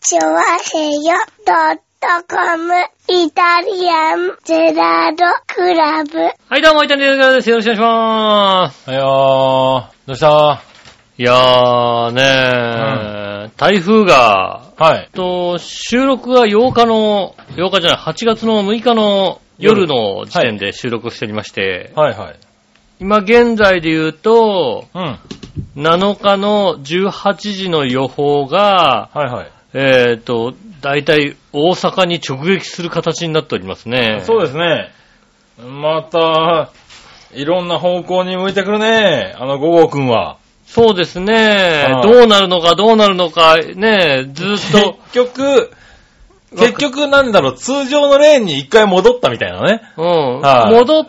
チョワヘヨドットコムイタリアンゼラードクラブ。はい、どうも、イタリアンジェラです。よろしくお願いします。はいよー。どうしたいやーねー、台風が、はい。と、収録が8日の、8日じゃない、8月の6日の夜の時点で収録しておりまして、はいはい。今現在で言うと、うん。はい7日の18時の予報が、はい。えーと、大体大阪に直撃する形になっておりますね。そうですね。また、いろんな方向に向いてくるね。あの、午後くんは。そうですねは。いどうなるのか、どうなるのか、ねずーっ結 と。局、結局なんだろう、通常のレーンに一回戻ったみたいなね。うん。はい戻っ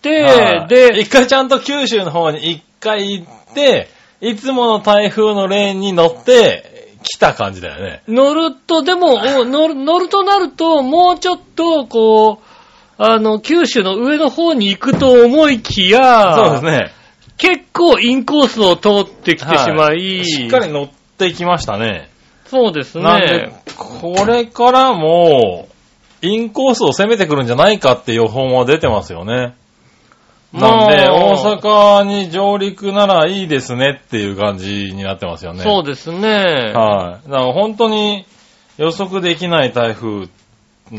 ては、いで、一回ちゃんと九州の方に一回行って、いつもの台風のレーンに乗って、来た感じだよね。乗ると、で も、お乗る乗るとなると、もうちょっと、こう、あの、九州の上の方に行くと思いきや、そうですね。結構インコースを通ってきてしまい、しっかり乗ってきましたね。そうですなんでね。、これからも、インコースを攻めてくるんじゃないかって予報も出てますよね。なんで、もう大阪に上陸ならいいですねっていう感じになってますよね。そううですね。はい。だから本当に予測できない台風に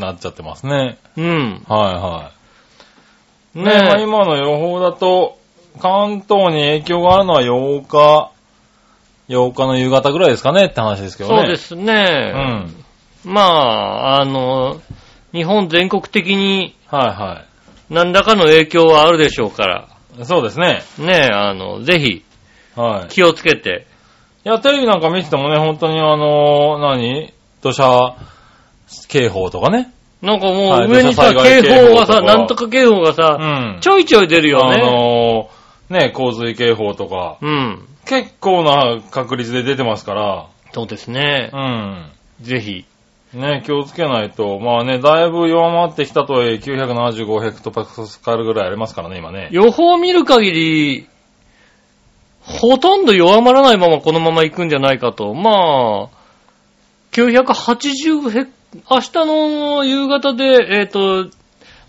なっちゃってますね。うん。はねいはい。ね、まあ今の予報だと、関東に影響があるのは8日、8日の夕方ぐらいですかねって話ですけどね。そうで。すうね。ん。はいまあ、あの、日本全国的には何らかの影響はあるでしょうから、い。そうですね。ねえ、あの、ぜひはい。気をつけて、いや、テレビなんか見ててもね、本当にあのー何土砂警報とかね。なんかもはうい上にさ、土砂災害警報が警報さ、とかなんとか警報がうさ、ん。ちょいちょい出るよあね。のーね、洪水警報とか、うん。結構な確率で出てますかそうですね。ら、ぜひ。うん。ね、気をつけないと。まあね、だいぶ弱まってきたとはいえ、975ヘクトパスカルぐらいありますからね、今ね。予報を見る限り、ほとんど弱まらないままこのまま行くんじゃないかと。まあ、980ヘ明日の夕方で、えっ、と、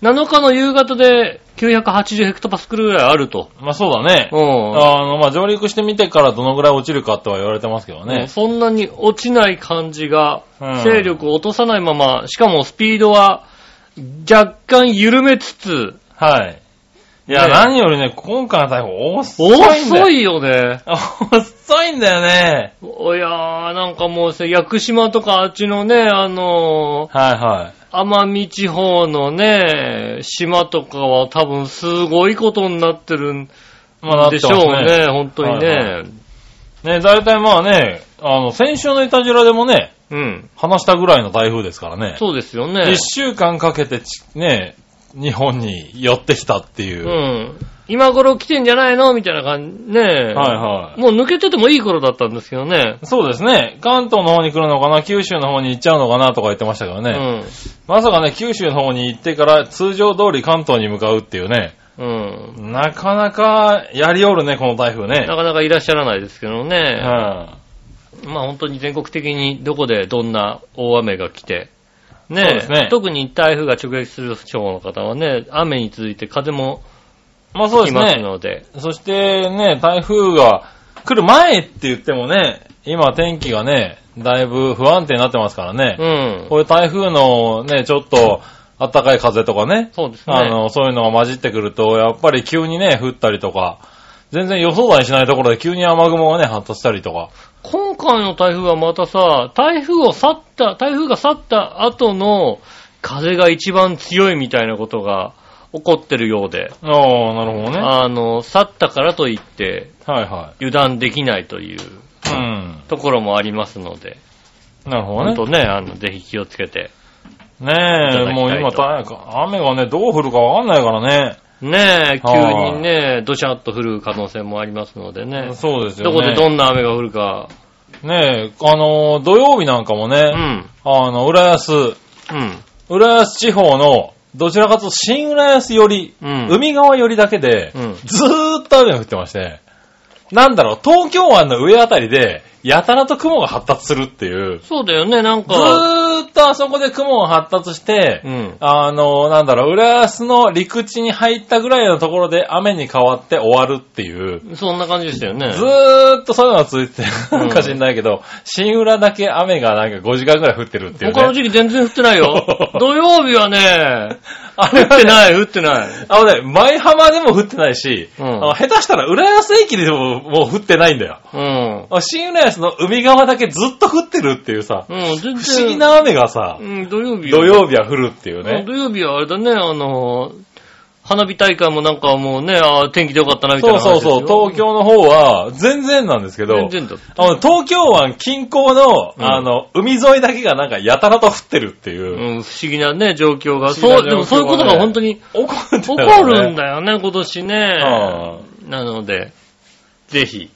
7日の夕方で980ヘクトパスクルぐらいあると。まあそうだねう。ん。あの、まあ上陸してみてからどのぐらい落ちるかとは言われてますけどねね。そんなに落ちない感じが、うん勢力を落とさないまま、しかもスピードは若干緩めつつ、はい。いや、ね何よりね、今回の台風遅いんだよ。遅いよね。 遅いんだよね。おやー、なんかもうさ、屋久島とかあっちのね、あのはいはい。ー、奄美地方のね、島とかは多分すごいことになってるんまあなってでましすょうね。ね、本当にね。はいね、大体まあね、あの、先週のイタジラでもね、うん。話したぐらいの台風ですからね。そうですよ一ね。週間かけてち、ね、日本に寄ってきたっていうう。ん。今頃来てんじゃないのみたいな感じ、ねはいはい。もう抜けててもいい頃だったんですけどね。そうですね。関東の方に来るのかな、九州の方に行っちゃうのかなとか言ってましたけどね。まさかね、九州の方に行ってから通常通り関東に向かうっていうね。うん。うん。なかなかやりおるね、この台風ね。なかなかいらっしゃらないですけどね。うんまあ本当に全国的にどこでどんな大雨が来て、ねそうですね特に台風が直撃する地方の方はね、雨に続いて風もまあそうで来すますね。ので、そしてね、台風が来る前って言ってもね、今天気がね、だいぶ不安定になってますからね。うん。こういう台風のね、ちょっと暖かい風とかね、そうですね。あの、そういうのが混じってくると、やっぱり急にね、降ったりとか、全然予想外しないところで急に雨雲がね、発達したりとか。今回の台風はまたさ、台風を去った、台風が去った後の風が一番強いみたいなことが起こってるようで、ああ、なるほどね。あの、去ったからといってはいは油断できないというい。うん。ところもありますので、なるほほんどとね、あの、ぜひ気をつけて。ね。ねえ、もう今いた台風、雨がね、どう降るかわかんないからね。ねえ、急はいにね、どしゃっと降る可能性もありますのでね。そうですよどこね。でどんな雨が降るか。ねえ、あの、土曜日なんかもね、うん。あの、浦安、うん。浦安地方の、どちらかというと新浦安寄り、うん海側寄りだけで、うんずーっと雨が降ってまして、なんだろう、東京湾の上あたりで、やたらと雲が発達するっていう。そうだよね、なんずか。ーっとあそこで雲が発達して、うん。あの、なんだろう、浦安の陸地に入ったぐらいのところで雨に変わって終わるっていう。そんな感じでしたよね。ずーっとそういうのが続いてうんなんか知んないけど、新浦だけ雨がなんか5時間ぐらい降ってるっていう、ね。。他の時期全然降ってないよ 土曜日はね、あ降れってい。ない、降ってない。あのね、舞浜でも降ってないし、うんあの下手したら浦安駅でももう降ってないんだよ。うん。あ新浦安の海側だけずっと降ってるっていうさ、うん、全然。不思議。な雨がさう、ん、土曜日よ土曜日は降るっていうね土。曜日はあれだね、あの、花火大会もなんかもうね、あー天気でよかったなみたいそうなそ話うですよ。そう、東京の方は全然なんですけど、全然だった。あの東京湾近郊の、うんあの、海沿いだけがなんかやたらと降ってるっていう。うん、不思議なね、状況が。不思議な状況がそねう、でもそういうことが本当に怒るん起こだよねるんだよ ね、今年ね。なので、ぜひ、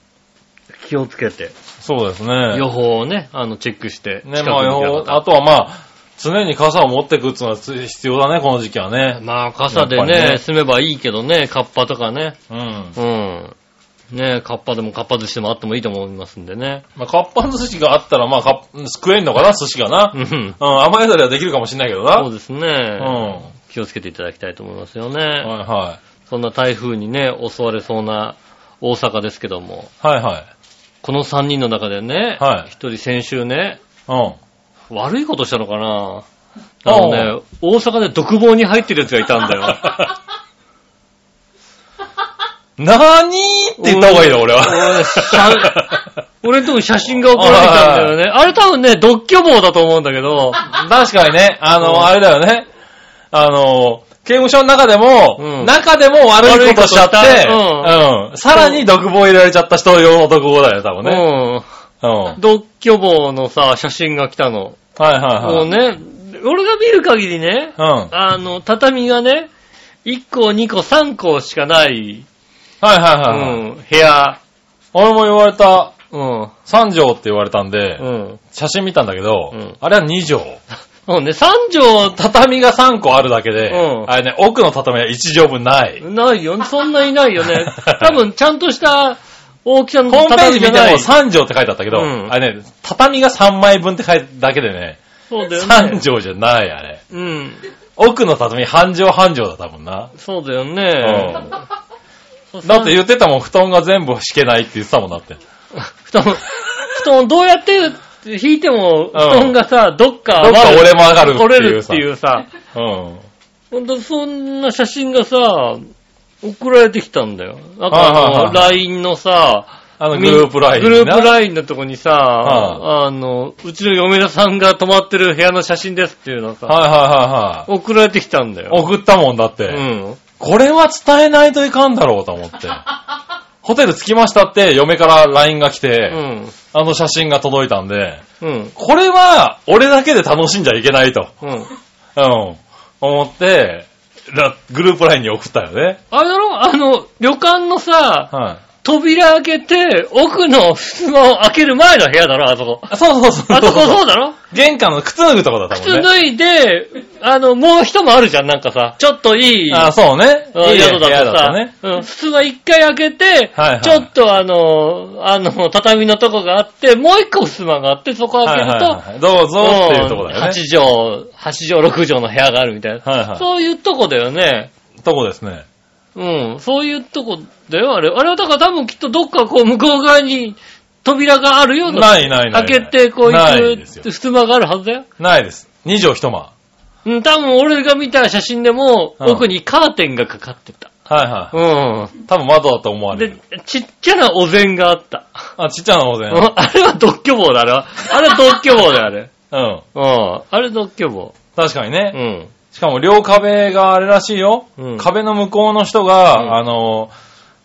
気をつけて、そうですね。予報をね、あの、チェックして。ね、近くまあに行けなよかっ、たあとはまあ、常に傘を持ってくっていうのはつ必要だね、この時期はね。まあ、傘でやっぱりねね、済めばいいけどね、カッパとかね。うん。うん。ねカッパでもカッパ寿司でもあってもいいと思いますんでね。まあ、かっぱの寿司があったら、まあ、かっ食えんのかな、寿司がな。う。ん。うん、甘えたりはできるかもしれないけどな。そうですね。うん気をつけていただきたいと思いますよね。はいはそんな台風にね、襲われそうな大阪ですけども、い。はいはい。この3人の中でね、はい一人先週ね、うん。悪いことしたのかなああのね、大阪で独房に入ってる奴がいた んだよ。なーにーって言った方がいいよ、俺俺 は。俺のとこに写真が送られてきたんだよね。あれ多分ね、独居房だと思うんだけど、確かにね、あうの、んあれだよね。あの、刑務所の中でも、うん中でも悪いことしちゃって、悪いことしうんさらに独房入れられちゃった人用の独房だよね、多分ね。ううん。ん。独居房のさ、写真が来たの。はいはいもはうい。ね、俺が見る限りね、うん。はいあの、畳がね、1個、2個、3個しかない、はいうはいはい。ん、部屋。俺も言われた、うん。 3畳って言われたんで、うん。写真見たんだけど、うんあれは2畳。そうね、三畳畳が3個あるだけで、うんあれね、奥の畳は1畳分ない。ない よね。そんないないよね。多分、ちゃんとした大きさのホームペー畳ジじ見ゃてない。も3畳って書いてあったけど、うんあれね、畳が3枚分って書いてだけでね、そうだよ3ね。畳じゃない、あれ。うん。奥の畳半畳半畳だったもんな。そうだようね。ん。だって言ってたもん、布団が全部敷けないって言ってたもんだって。布 団、布団どうやって引いても、布団がさ、どっかどっか折れ曲がるっていうさ折れるっていうさ。うん。ほんと、そんな写真がさ、送られてきたんだよ。なんはいはいかあはいの、LINE のさ、あの、グループライングループイン。ラインのとこにさ、はあの、うちの嫁さんが泊まってる部屋の写真ですっていうのさ、はいは送られてきたんだいはいよ。はい。送ったもんだって。うん。これは伝えないといかんだろうと思って。 ホテル着きましたって、嫁から LINE が来て、うん。あの写真が届いたんで、うん。これは、俺だけで楽しんじゃいけないと。うん。うん。思って、らグループラインに送ったよね。あれだろあの、旅館の さ、はい。扉開けて、奥の襖を開ける前の部屋だろあそ こ。あそうそうそうそう。あそこそうだろ玄関の靴脱ぐとこだったもん靴ね。脱いで、あの、もう一もあるじゃん、なんかさ。ちょっといい。あ、そうね。うんいい宿部だ屋だとったさ、ね。うん、普通は一回開けて、はいはいちょっとあの、あの、畳のとこがあって、もう一個襖があって、そこ開けると、はいはいはいどうぞっていうとこだよ8ね。畳、8畳、6畳の部屋があるみたいな。はいはそういうとこだよね。い。とこですね。うん、そういうとこだよ、あれ。あれはだから多分きっとどっかこう向こう側に扉があるような。ないないないない。開けてこうないです行く、。よ襖があるはずだよ。ないです。二畳一間。はうん、多分俺が見た写真でも、うん奥にカーテンがかかってた。いはうん。い。多分窓だと思われでる。、ちっちゃなお膳があった。あ、ちっちゃな大う然。んあれは独居房だ、あれは。あれは独居房だよ、あれ。うん。うん。あれ独居房。確かにうね。ん。しかも両壁があれらしいよ。うん壁の向こうの人が、うんあの、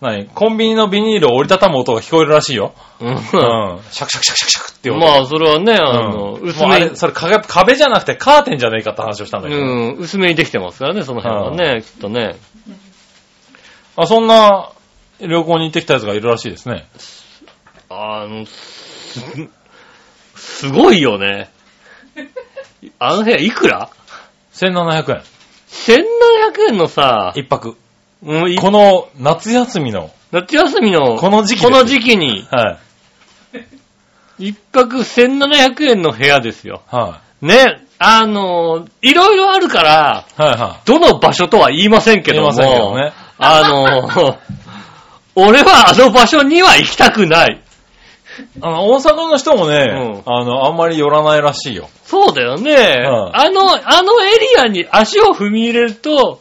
何コンビニのビニールを折りたたむ音が聞こえるらしいよ。うん。シャクシャクシャクシャクシャクって音。まあ、それはね、あの、うん、薄もうあめれ、それ壁壁じゃなくてカーテンじゃねえかって話をしたんだけど。うん、薄めにできてますからね、その辺はね、きっとね。あ、そんな旅行に行ってきたやつがいるらしいですね。あの、す、すごいよね。あの部屋いくら1700円。 ?1700 円のさ、一泊。もういこの夏休みの夏休みの、この時期ですこの時期に、はい。一泊1700円の部屋ですよ。はね、あのー、いろいろあるから、い。はいはどの場所とは言いませんけども、言いませんけどねあ のー、俺はあの場所には行きたくない。い。あの、大阪の人もね、うあの、あんまり寄らないらしいよ。そうだよね。んあの、あのエリアに足を踏み入れると、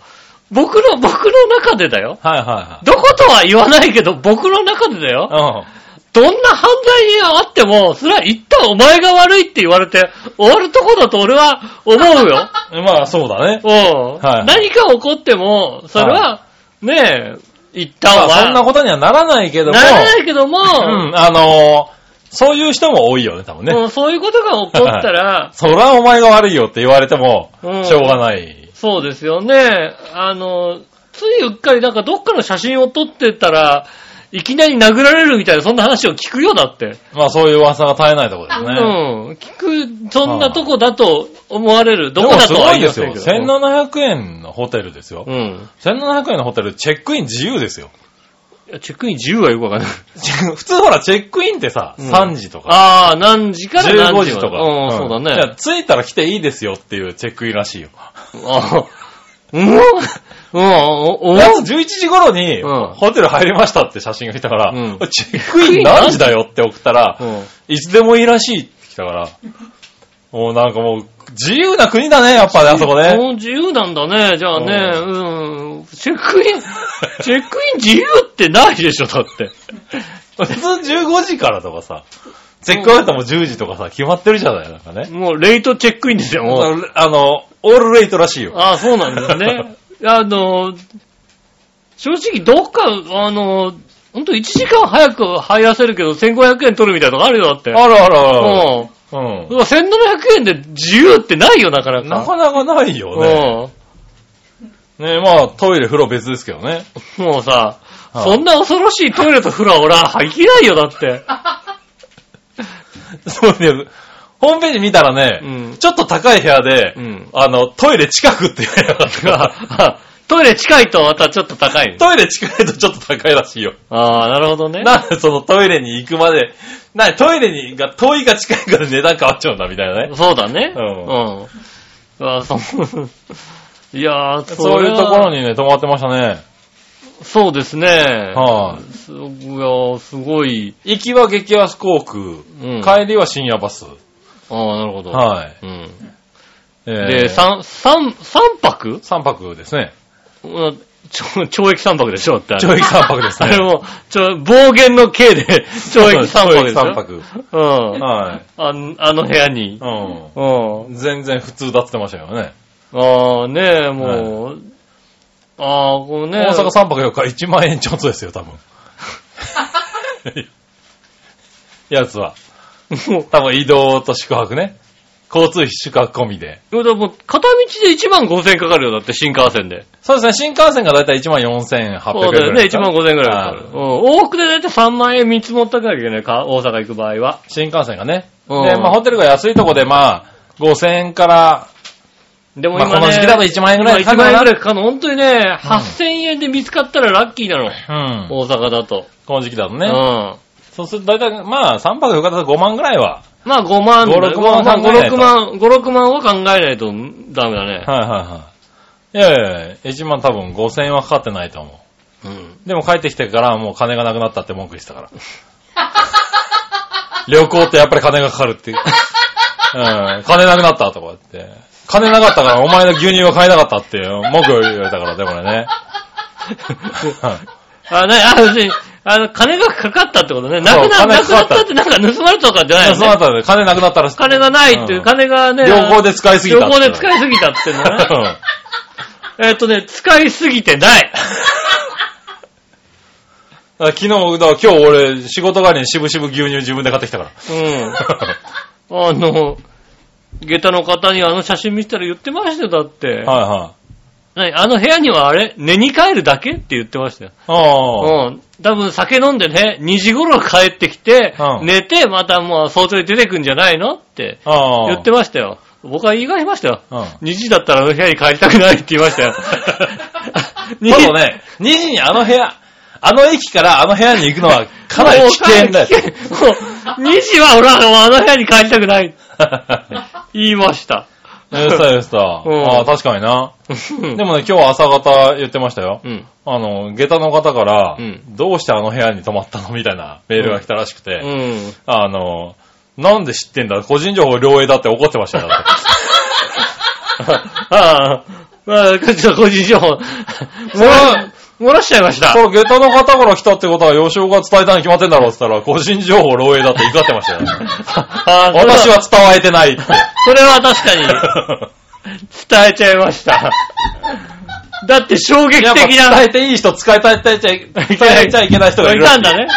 僕の、僕の中でだよ。はいはどことは言わないけど、僕の中でだいよ。はい。どんな犯罪にあっても、それは一旦お前が悪いって言われて、終わるとこだと俺は思う よ。うん。まあ、そうだね。うん、はい何か起こっても、それは、ねえ、一旦まは、あ、そんなことにはならないけども、ならないけども、うん、あのーそういう人も多いよね、多分ね。うんそういうことが起こったら、そらお前が悪いよって言われても、うんしょうがない。そうですよね。あの、ついうっかりなんかどっかの写真を撮ってたら、いきなり殴られるみたいな、そんな話を聞くよ、だって。まあそういう噂が絶えないところですね。うん。聞く、そんなとこだと思われる。どでこもだすとはごい言いでますせんよ。けど。 1700円のホテルですよ。うん。 1700円のホテル、チェックイン自由ですよ。 いやチェックイン10はよくわかんない。普通ほら、チェックインってさ、うん3時とか、ああ、何時から何15時時まとでか。うん、そうだいやね。着いたら来ていいですよっていうチェックインらしいよ。あーうんうん、うん、やつ11時頃に、うんホテル入りましたって写真が来たから、うんチェックイン何時だよって送ったら、うん。いつでもいいらしいって来たから、もうなんかもう、自由な国だね、やっぱね、あそこね。もう自由なんだね。じゃあね、うん。チェックイン、チェックイン自由ってないでしょ、だって。普通15時からとかさ、チェックアウトも10時とかさ、決まってるじゃない、なんかね。もうレイトチェックインですよ、もう。あの、オールレイトらしいよ。ああ、そうなんです ね。あの、正直どっか、あの、ほんと1時間早く入らせるけど1500円取るみたいなのがあるよ、だって。あらあらあら。うん。うんう。わ1700円で自由ってないよ、なかなか。なかなかないよね。ねまあ、トイレ、風呂別ですけどね。うん。もうさ、はいそんな恐ろしいトイレと風呂は俺は入きないよ、だ って。そうです。ホームページ見たらね、うんちょっと高い部屋で、 うん あの、トイレ近くって言われたから、トイレ近いとまたちょっと高 い。トイレ近いとちょっと高いらしいよ。ああ、なるほどね。なんでそのトイレに行くまで、なにトイレにが遠いか近いかで値段変わっちゃうんだみたいなね。そうだね。ううん。あそう いやー、そういうところに。にね、泊まってましたね。そうですね。。はいすごいやー、すごい。行きは激安航空、うん帰りは深夜バス。ああ、なるほど。はい。うん。えで、三、三、三泊3泊ですね。うんちょ 懲役三泊でしょってあれ。懲役3泊ですあれ ね。も、ちょ、暴言の刑で 懲役三泊でしょ懲役三う泊ん。はい。あんあの部屋に。うん。うん。全然普通だって言ってましたよね。ああ、ねえ、もう。ああ、こうね。大阪3泊4日1万円ちょっとですよ、多分。 やつは。もう多分移動と宿泊ね。交通費宿泊込みで。いやだからもう片道で1万5000円かかるよ、だって新幹線で。そうですね、新幹線がだいたい1万4800円そうぐだよらね、いです1か万5000円くらいかかる。うん。往復でだいたい3万円見積もったくらいけないか、大阪行く場合は。新幹線がね。で、うんまあホテルが安いとこで、まあ、5000円から、でもまあ今ね、この時期だと1万円ぐらいかかかかる。る1か万な円くらいかかるの。本当にね、8000円で見つかったらラッキーなの。うん。大阪だと。この時期だとうね。ん。そうすると大体、まあ3泊4日だと5万ぐらいは。まあ5万、 5 6万まあ考えない5、6と万、5、6万は考えないとダメだね。はいはいはい。いやいやいや、1万多分5000円はかかってないと思う。うん。でも帰ってきてからもう金がなくなったって文句言ってたから。 旅行ってやっぱり金がかかるって。うん。金なくなったとか言って。金なかったからお前の牛乳は買えなかったっていう文句を言われたから、でも ね。あ、ね、あ、別に、あの、金がかかったってことね。なそくうな、金なかくかなっったたってなんか盗まれたとかじゃないよそうなねっ。たら金なくなったらしい。金がないっていう、うん金がね、両方で使いすぎた旅行で使いすぎたっていうの ね。うんえっとね、使いすぎて ない。だから昨日、だから今日俺仕事帰りに渋々牛乳自分で買って きたかうん。ら。あの、下駄の方にあの写真見せたら言ってましたよ、だって。はいはい。何あの部屋にはあれ寝に帰るだけって言ってましたよ。ああ。うん。多分酒飲んでね、2時頃帰ってきて、うん寝て、またもう早朝に出てくんじゃないのってああ。言ってましたよ。僕は言い返しましたよ。うん2時だったらあ の部屋に帰りたくないって言いましたよ。そうね、2時にあの部屋、あの駅からあの部屋に行くのはかなり危険だよ。もう、2時は俺はあの部屋に帰りたくない。 言いました。よしさ、よしさ。うんああ、確かにな。でで、もね、今日朝方言ってましたよ。うん。あの、下駄の方から、うんどうしてあの部屋に泊まったのみたいなメールが来たらしくて、うん。あの、なんで知ってんだ個人情報漏洩だって怒ってましたよ。だってあ あ、まあ、ちょっと個人情報、漏ら、漏らしちゃいました。これ下駄の方から来たってことは、吉尾が伝えたに決まってんだろうって言ったら、個人情報漏洩だって怒ってましたよ。 ああ私は伝わえてない って。それは確かに、伝えちゃいました。だって衝撃やっぱ的伝なえ、ていい人、使いたい伝えちゃい、伝えちゃいけない人がいる。たんだね。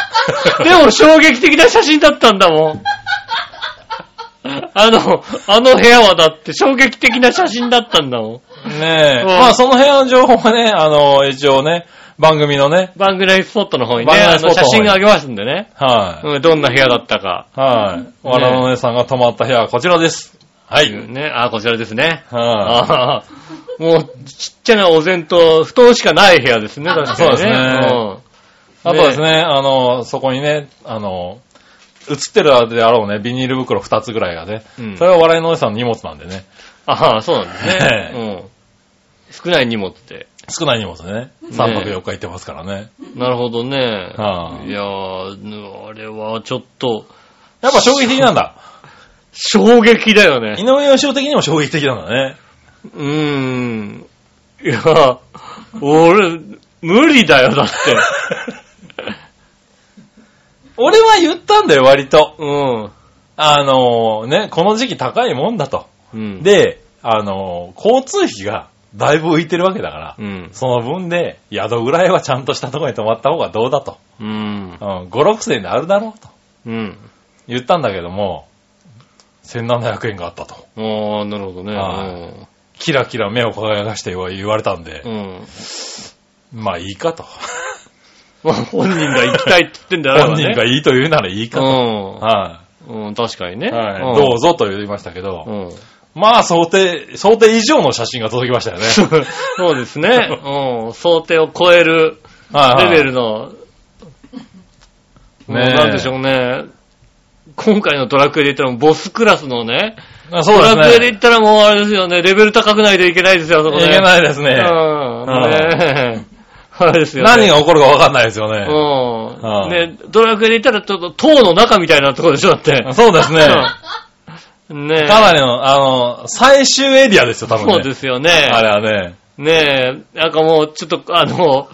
でも衝撃的な写真だったんだもん。あの、あの部屋はだって衝撃的な写真だったんだもん。ねえ。うんまあ、その辺の情報はね、あの、一応ね、番組のね、番組スポットの方にね、番組あスポのット写の方に真があげますんでね。はい、うん、どんな部屋だったか。はい、わらの姉さんが泊まった部屋はこちらです。はい。ね、あ、こちらですね。はああ、い、もう、ちっちゃなお膳と、布団しかない部屋ですね、確かにね。そうですねんあとですね、あの、そこにね、あの、映ってるであろうね、ビニール袋2つぐらいがね、うんそれは笑いのお姉さんの荷物なんでね、ああ、そうなんですね。えうん。少ない荷物って。少ない荷物でね、3泊4日行ってますからね。なるほどね。はいやー、あれはちょっと、やっぱ衝撃的なんだ。衝撃だよね井。上義雄的にも衝撃的なんだね。うーん。いや、俺、無理だよ、だって。 俺は言ったんだよ、割と。うん。あの、ね、この時期高いもんだと。うん。、で、あの、交通費がだいぶ浮いてるわけだから、うん。その分で宿ぐらいはちゃんとしたところに泊まった方がどうだと。うんう。ん、5、6千円であるだろうとうん。言ったんだけども、1700円があったと。ああ、なるほどはね。キラキラ目を輝かして言われたんでう、 ん。うんまあいいかと。まあ本人が行きたいって言ってんだ ろう本人がいいと言うならいいかと。はうん。うん、確かにね。い。はいんどうぞと言いましたけうど、ん。 まあ想定、想定以上の写真が届きましたよね。 そうですね。うん。想定を超えるはいはレいベルの、えもうなんでしょうね。今回のドラクエで言ったらもうボスクラスのね、あそうですドラクエでね。言ったらもうあれですよね、レベル高くないといけないですよ、そこね。いけないですね。うん。ねえ あれですよね。何が起こるかわかんないですよね。う。うんんね、ドラクエで言ったらちょっと塔の中みたいなところでしょ、だって。そうですね。うんねえかなりの、あの、最終エリアですよ、多分ね。。そうですすよね。あれはね。ねえ、なんかもう、ちょっと、あの、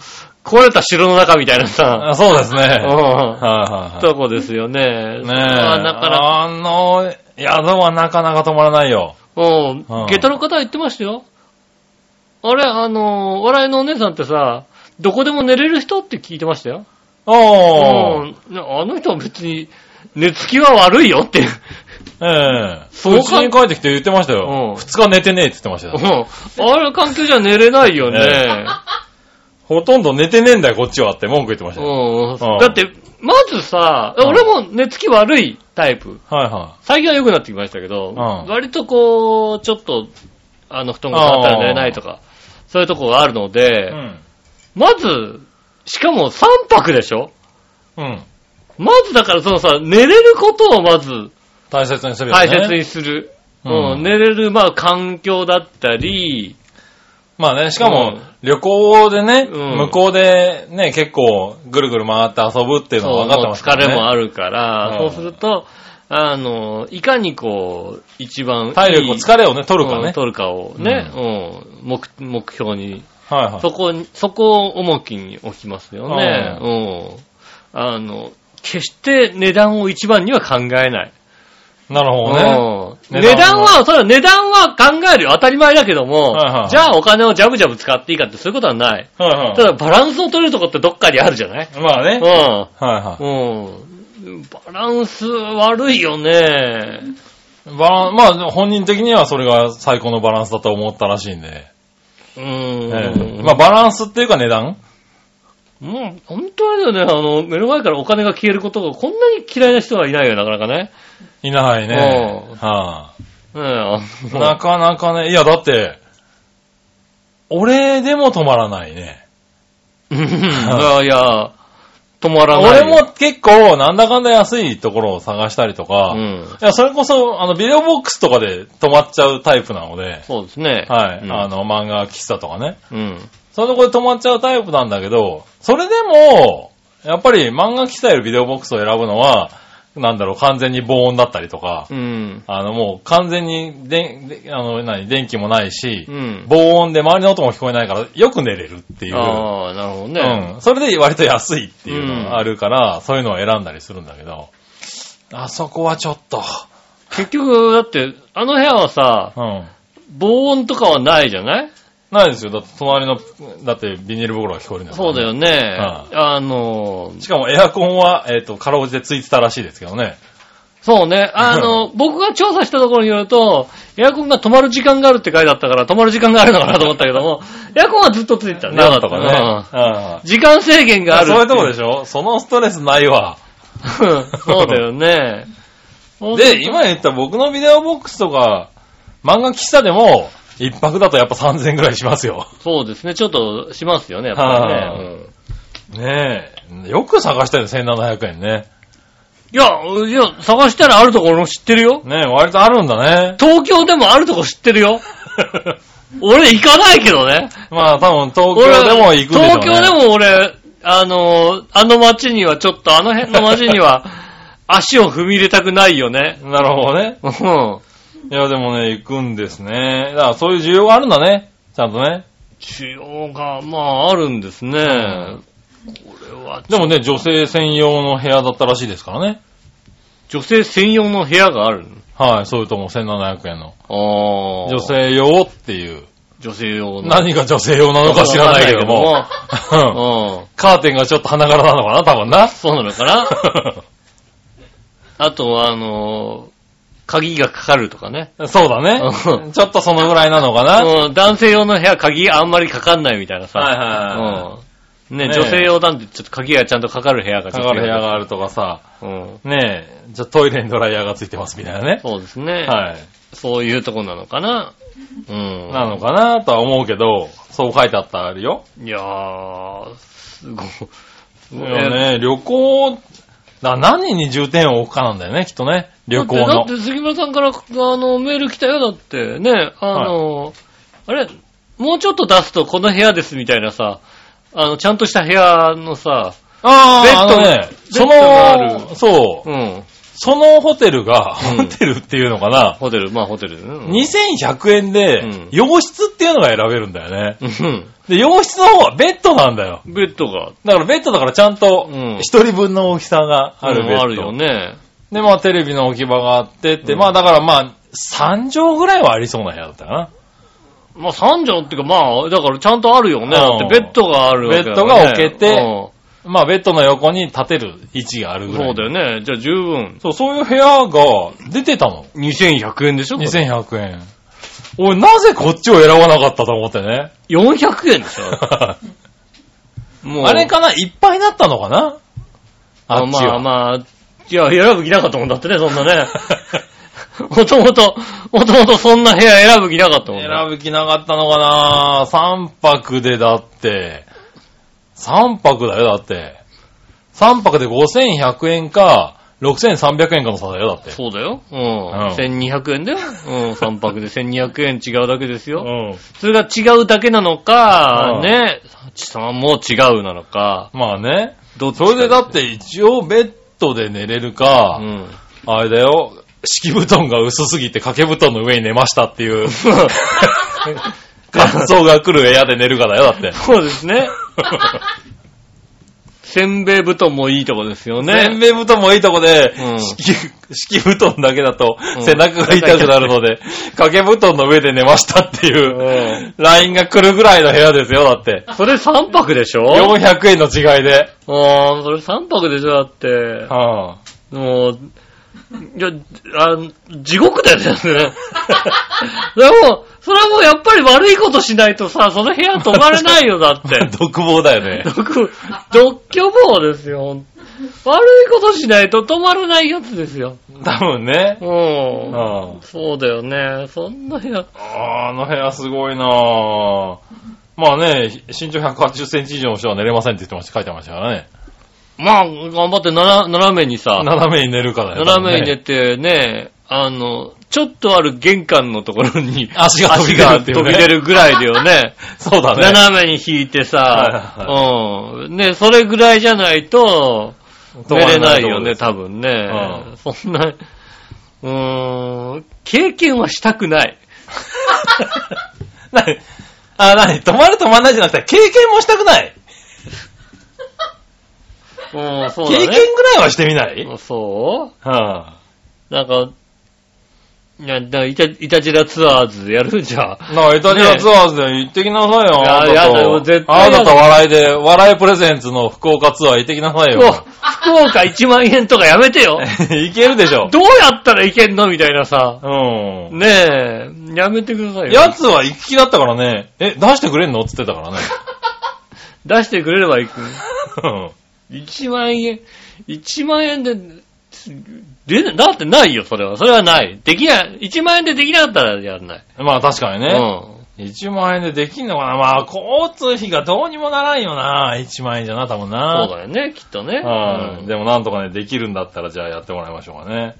壊れた城の中みたいなさ、あそうですね。はいはういん、はい。とこですよね。ねえ。まあだから、あの、宿はなかなか止まらないよ。うん、うん下駄の方は言ってましたよ。あれ、あの、笑いのお姉さんってさ、どこでも寝れる人って聞いてましたよ。おー。うん、あの人は別に、寝つきは悪いよって。ええ。そううちに帰ってきて言ってましたうんよ。二日寝てねえって言ってましたうよ。ん。あれ環境じゃ寝れないよねね。ほとんど寝てねえんだよ、こっちはって文句言ってましたよ。うん。うんだって、まずさ、うん俺も寝つき悪いタイプ。はいは最近は良くなってきましたけど、ん割とこう、ちょっと、あの、布団が触ったら寝れないとか、そういうとこがあるのい。で、うん。まず、しかも3泊でしょうん。まずだからそのさ、寝れることをまず大切にするよ大ね。切にする。ううんん、寝れる、まあ、環境だったり、まあね、しかうもん、旅行でね、うん向こうでね、結構、ぐるぐる回って遊ぶっていうのそはう、分かってもうます疲れもああるから、うそんうすると、あの、いかにこう、一番いい体力を、疲れをね、取るかうんね。取るかをね、うん、目、目標にはいはい。そこに、そこを重きに置きますよね。ううん。あの、決して値段を一番には考えない。なるほどね。うん値値段段はは、それは値段は考えるよ。当たり前だけども、はいはいじゃあお金をジャブジャブ使っていいかってそういうことはない。はいはいただバランスを取れるとこってどっかにあるじゃないまあね。うん。はいはうん。バランス悪いよね。い。バランまあ、本人的にはそれが最高のバランスだと思ったらしいんで。うん。ええまあ、バランスっていうか値段もう、本当あれだよね。あの、目の前からお金が消えることがこんなに嫌いな人はいないよ、なかなかね。いないね。うんはねえ、あい。なかなかね、いやだって、俺でも止まらないね。の、いやいや、止まらない。俺も結構、なんだかんだ安いところを探したりとか、ういん。や、それこそ、あの、ビデオボックスとかで止まっちゃうタイプなので、そうですね。はい、うんあの、漫画喫茶とかね。うん。そのとこで止まっちゃうタイプなんだけど、それでも、やっぱり漫画喫茶よりビデオボックスを選ぶのは、なんだろう、完全に防音だったりとか、うん。あの、もう完全に、でん、であの、何、電気もないし、うん。防音で周りの音も聞こえないから、よく寝れるっていう。ああ、なるほどね。うん。それで割と安いっていうのがあるから、そういうのを選んだりするんだけど、あそこはちょっと、結局、だって、あの部屋はさ、うん。防音とかはないじゃないないですよ。だって隣の、だってビニール袋が聞こえるんだかそらうだよね。うあの、しかもエアコンは、えっ、と、かろうじてついてたらしいですけどね。そうね。あの、僕が調査したところによると、エアコンが止まる時間があるって書いてあったから、止まる時間があるのかなと思ったけど も、エアコンはずっとついてたね。なんとかね。うんうん時間制限があるそういうとこでししょそのストレスないわ。ょ。 そうだよね。で、今言った僕のビデオボックスとか、漫画喫茶でも、一泊だとやっぱ3000円くらいしますよ。そうですね。ちょっとしますよね、やっぱりね。うんねえ。よく探したよ、1700円ね。いや、いや、探したらあるとこ俺も知ってるよ。ねえ、割とあるんだ ね。東京でもあるとこ知ってるよ。俺行かないけどね。まあ多分東俺京でも行くでしょうね。東京でも俺、あの、あの街にはちょっと、あの辺の街に は、足を踏み入れたくないよね。なるほどね。うん。需いやでもね、行くんですね。だからそういう需要があるんだね。ちゃんとね。要が、まあ、あるんですね。これは、でもね、女性専用の部屋だったらしいですからね。女性専用の部屋があるはい、そういうとも1700円のの。ああ。女。性用っていう。女性用の。何が女性用なのか知らないけども。わかんないけども うん。カーテンがちょっと花柄なのかな、多分な。そうなのか なあとは、あの、鍵がかかるとかね。 そうだうね。ちょっとそのぐらいなのかな。はいうん男性用の部屋鍵あんまりかかんないみたいなさ。はうん。ね、ねえ女性用なんてちょっと鍵がちゃんとかかる部屋がい。ちょかっかとる部屋があるとかさ。うん。ねえ、じゃあトイレにドライヤーがついてますみたいなね。そうですね。はい。そういうとこなのかな。うん。なのかなとは思うけど、そう書いてあったあるよ。いやー、すごい。すいごいやね、旅行、だ何に重点を置くかなんだよね、きっとね。旅行だっのて、だ。って杉村さんから、あの、メール来たよ、だって。ね、あの、あれ、もうちょっと出すとこの部屋ですみたいなさ、あの、ちゃんとした部屋のさ、あーベッドあのねね、そベッドがあの、るそうう、ん。そのホテルが、うんホテルっていうのかな、ホテル、まあホテルでね。うん2100円うでん、洋室っていうのが選べるんだよね。うで、洋室の方はベッドなんだよ。ん。ベッドがだからベッドだからちゃんとうん、一人分の大きさがあるうんベッド。あるよね。で、まあテレビの置き場があってって、うんまあだからまあ、3畳ぐらいはありそうな部屋だったかな。まあ3畳っていうかまあ、だからちゃんとあるよね。だうんってベッドがあるわけだから、ね。ベッドが置けてうんまあベッドの横に立てる位置があるぐらい。そうだよね。じゃあ十分。そう、そういう部屋が出てたの。 2100円でしょこれ2100円。俺、なぜこっちを選ばなかったと思ってね。 400円でしょ もう。あれかないっぱいだったのかなああっちまあは。まあ、いや、選ぶ気なかったもんだってね、そんな ね。もともと、もともとそんな部屋選ぶ気なかったもんね。選ぶ気なかったのかな ?3 泊でだって、3泊だよ、だって。3泊で5100円か、6300円かの差だよ、だって。そうだよ。うん。ん1200円だよ。うん。3泊で1200円違うだけですよ。うん。それが違うだけなのか、うんね、さんも違うなのか、まあね。どっちそかれでだって一応ベッドで寝れるうか、ん。あれだよ、敷布団が薄すぎて掛け布団の上に寝ましたっていう、 感想が来る部屋で寝るかだよ、だって。そうですね。せんべい布団もいいとこですよね、せんね。べい布団もいいとこで、うん敷敷布団だけだとうん背中が痛くなるので、掛け布団の上で寝ましたっていうう、ラインが来るぐらいの部屋ですよ、だって。それ3泊でしょうん、 400円の違いで。それ3泊でしょだって。はもう、いや、あ地獄だよね。でも、それはもうやっぱり悪いことしないとさ、その部屋泊まれないよ、だってあ、。独房だよね。独、独居房ですよ。悪いことしないと止まらないやつですよ。 多分ね。うん。うんそうだよね。そんな部屋。あーあの部屋すごいなぁ。まあね、身長180センチ以上の人は寝れませんって言ってました、書いてましたからね。まあ、頑張ってなら斜めにさ、斜めに寝るからね。斜めに多分寝てね。ね、あの、ちょっとある玄関のところに足が飛び出るってい足がうね飛び出るぐらいだよ ね。そうだね。斜めに引いてさは、いうん。ね、それぐらいじゃないと、寝れないよね、止まら多分ね。そんな、うーん、経験はしたく ない。 ないとこ。何あ、何止まる止まらないじゃなくて、経験もしたくない。うん、そう経だ験ね。ぐらいはしてみない験そはうなんか、いや、だからイタイタジラツアーズやるじゃん。ぁ。なんかイタリアツアーズで行ってきなさいよ。ねあいややなただよと絶対あやだなたと笑いで、笑いプレゼンツの福岡ツアー行ってきなさい福 よ。福岡1万円とかやめてよ。行けるでし ょ。どうやったらいけんのみたいなさ。うん。ねえ、やめてくださいよ。やつは行き来だったからね、え、出してくれんのって言ってたからね。出してくれれば行く。うん1万円、1万円で、で、だってないよ、それは。それはない。できない。1万円でできなかったらやんない。まあ確かにうね。ん。 1万円でできんのかなまあ、交通費がどうにもならんよな。1万円じゃな、多分そな。うだよね、きっとね。はい、うんでもなんとかね、できるんだったら、じゃあやってもらいましょうかね。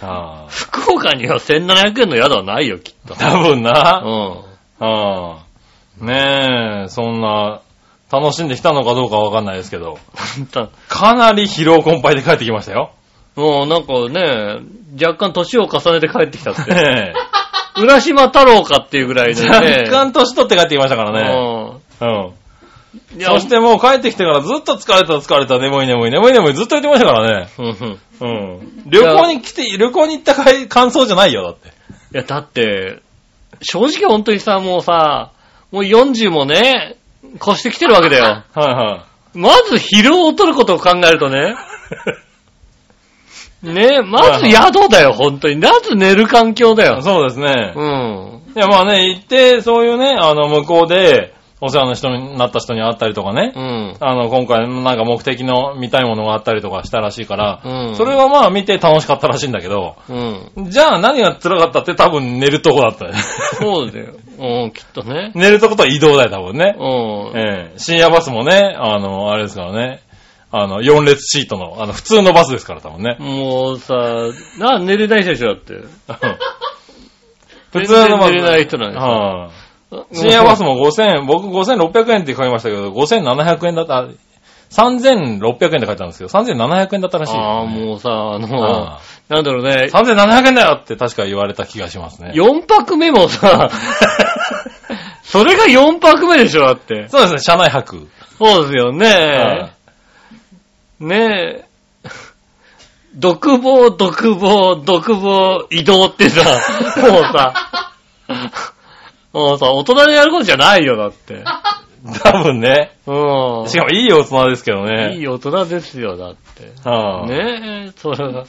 は福岡には1700円の宿はないよ、きっとい。多分な。うん。はい。ねえ、そんな、楽しんできたのかどうかわかんないですけど、本当かなり疲労困憊で帰ってきましたよ。もうなんかね、若干年を重ねて帰ってきた って。ね浦島太郎かっていうぐらいえでね。若干年取って帰ってきましたからね。うん。うん。いやそしてもう帰ってきてからずっと疲れた疲れた、眠い眠い眠い眠いずっと言ってましたからね。うんうんうん。旅行に来て、旅行に行ったかい感想じゃないよ、だって。いや、だって、正直本当にさ、もうさ、もう40もね、越してきてるわけだよ。 はいはまず疲労を取ることを考えるとね。ね、まず宿だよ、本当に。まず寝る環境だい。よ。そうですねう。ん。いや、まあね、行って、そういうね、あの、向こうで、お世話の人になった人に会ったりとかねう。ん。あの、今回、なんか目的の見たいものがあったりとかしたらしいから、うんそれはまあ見て楽しかったらしいんだけど、うん。じゃあ何が辛かったって多分寝るとこだったね。 そうだよ。うん、きっとね。寝るとこと移動だよ、多分ね。うん。ええ深夜バスもね、あの、あれですからね、あの、4列シートの、あの、普通のバスですから、多分ね。もうさ、な、寝れない人でしょ、だって。全然普通のバス。寝れない人なんですよはい深夜バスも5000、僕5600円って書きましたけど、5700円だった、あ3600円って書いたんですけど、3700円だったらしいですね、ああ、もうさ、あのあ、なんだろうね、 3700円だよって確か言われた気がしますね。 4泊目も さ、それが4泊目でしょ、だって。そうですね、車内泊。そうですよはねい。ねえ。独房、独房、独房、移動ってさ、もうさ、もうさ、大人でやることじゃないよ、だって。多分ね。うん。しかもいい大人ですけどね。いい大人ですよ、だって。はいねえ、それは。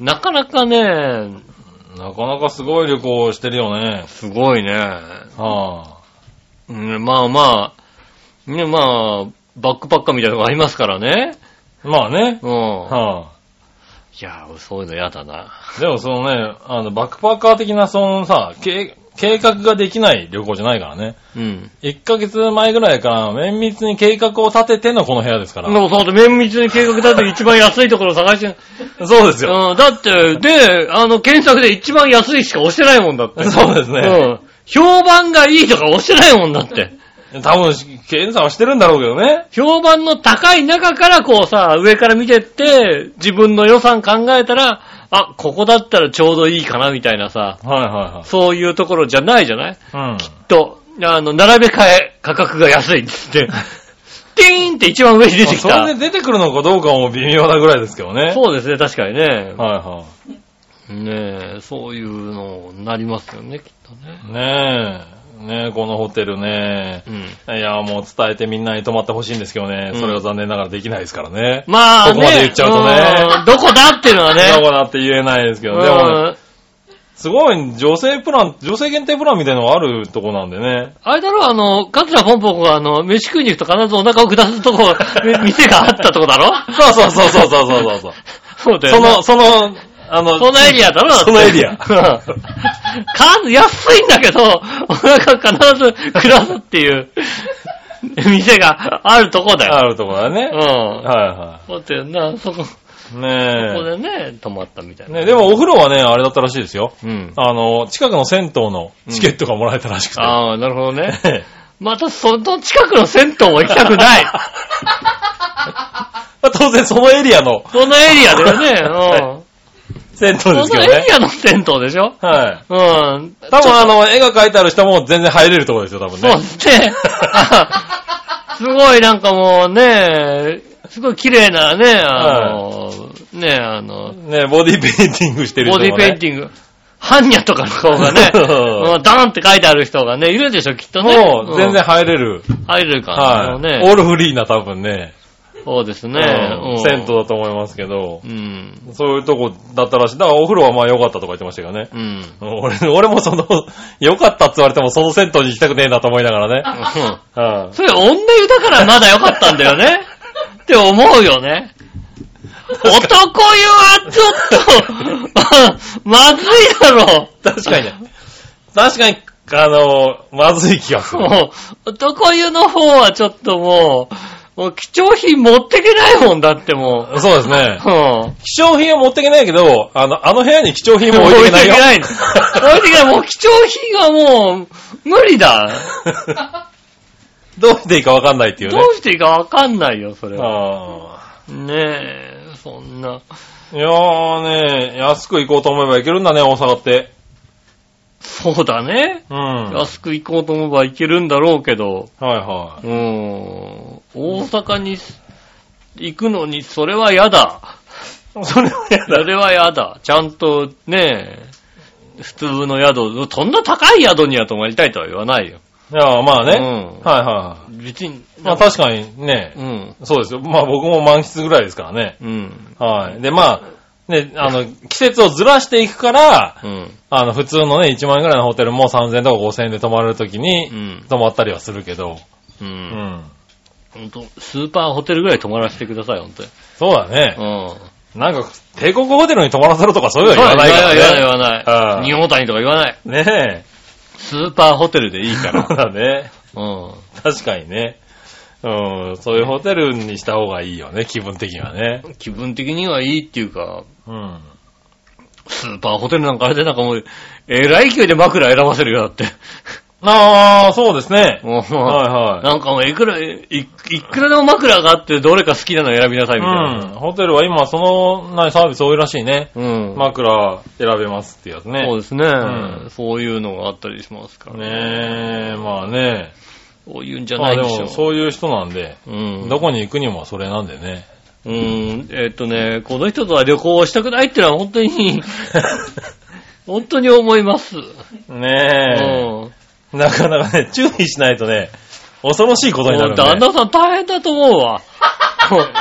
なかなかね、なかなかすごい旅行をしてるよね。すごいね。はうんまあまあ、ね、まあ、バックパッカーみたいなのがありますからね。あ、まあね。うん。はいや、そういうの嫌だな。あ、でもそのね、あの、バックパッカー的なそのさ、計計画ができない旅行じゃないからね。うん。 1ヶ月前ぐらいから綿密に計画を立ててのこの部屋ですから。でもそうだって綿密に計画立てて一番安いところを探してそうですよ。うん、だって、で、あの、検索で一番安いしか押してないもんだって。そうですね。うん。評判がいいとか押してないもんだって。多分、検査はしてるんだろうけどね。評判の高い中からこうさ、上から見てって、自分の予算考えたら、あ、ここだったらちょうどいいかなみたいなさ、はいはそういうところじゃないじゃないいはい。と、あの、並べ替え価格が安いっつ って、ティーンって一番上にう出ん。てきそたれ。で出てくるのかどうかも微妙なぐらいですけどね。そうですね、確かにね。はいはねえ、そういうのになりますよね、きっとね。い。ねえ。ねえ、このホテルねう。ん。いや、もう伝えてみんなに泊まってほしいんですけどね。うんそれは残念ながらできないですからね。まあ、ね、ここまで言っちゃうとねんどこだっていうの はね。どこだって言えないですけど。でもね、うんすごい女性プラン、女性限定プランみたいのがあるとこなんでね。あれだろ、あの、カツラポンポンが、あの、飯食いに行くと必ずお腹を下すとこ、 み店があったとこだろ そうそうそうそうそうそうそう。そうだそよ、ね。の、その、あの、そのエリアだろだってそのエリアうん数安いんだけど、お腹必ず下すっていう。店があるとこだあよ。るとこだうね。ん。はだってな、そこ、こいはい。こねでね、泊まったみたいえ。な。ねでもお風呂はね、あれだったらしいですよ。うん。あの、近くの銭湯のチケットがもらえたらしくて。ああ、なるほどね。ええまたその近くの銭湯も行きたくない。 当然そのエリアのそのエリアだよね。銭湯ですけうん。どそのエねリ。アの銭湯でしょはい。うん。多分あの、絵が描いてある人も全然入れるところですよ、多分そうね。ですね。 あすごいなんかもうね、すごい綺麗なね、あの、ね、あの、ね、ボディペインティングしてるボ人も、ね。、ディペインティング、ハンニャとかの顔がね うんダーンって書いてある人がね、いるでしょ、きっとね。もう、全然ん入れる。入れるからはね。い。オールフリーな多分ね。そうですね。うんうん銭湯だと思いますけど。うん。そういうとこだったらしい。だからお風呂はまあ良かったとか言ってましたけどね。うん。うんうん 俺俺もその、良かったって言われてもその銭湯に行きたくねえなと思いながらね。うんそれ、女湯だからまだ良かったんだよ ね。って思うよね。男湯はちょっと、まずいだろ。確かにね。確かに、あの、まずい気がす る。もう、男湯の方はちょっともう、もう貴重品持ってけないもんだってもう。そうですね。うん。貴重品は持ってけないけど、あの、あの部屋に貴重品も置置いいててけけないよ。ないの。置 いてけない。もう貴重品がもう、無理だ。どうしていいかわかんないっていうどね。うしていいかわかんないよ、それは。あねえ、そんな。ーいやーね、安く行こうと思えば行けるんだね、大阪って。そうだね。うん。はい安く行こうと思えば行けるんだろうけど、はうーん、大阪に行くのに、それは嫌だ。い。それはやそれは嫌だ。ちゃんとね、普通の宿、そんな高い宿には泊まりたいとは言わないよ。いや、まあね。うんはいは別に、い。まあ確かにねう、ん、そうですよ。まあ僕も満喫ぐらいですからね。うん、はい。で、まあ、ね、あの、季節をずらしていくから、うん、あの、普通のね、1万円ぐらいのホテルも3000とか5000円で泊まれるときうに、ん、泊まったりはするけど、う。うんん。ほんと、スーパーホテルぐらい泊まらせてください、ほんとに。そうだね。うん。なんか、帝国ホテルに泊まらせろとかそういうの言はわ言わなないい言わかない言らわない言わない。日本谷とか言わない。ね。ねスーパーホテルでいいえ。か。から らね。うん。確かにね。うん、そういうホテルにした方がいいよね、気分的にはね。気分的にはいいっていうか、うん。スーパーホテルなんかあれでなんかもう、えらい勢いで枕選ばせるよ、だって。ああ、そうですね。もう、はいはい。なんかもういくら、いいくらでも枕があってどれか好きなの選びなさい、みたいな。うん。ホテルは今、その、なにサービス多いらしいね。うん。枕選べますってやつね。そうですね、んそういうのがあったりしますからねえ、まあね。そういうんじゃまなあいででしょも、そういう人なんで、う。うん。どこに行くにもそれなんでね。うん。えっとね、この人とは旅行をしたくないってのは本当 に、本当に思います。ねうん。え。なかなかね、注意しないとね、恐ろしいことになもるうんで。旦那さん大変だと思うわ。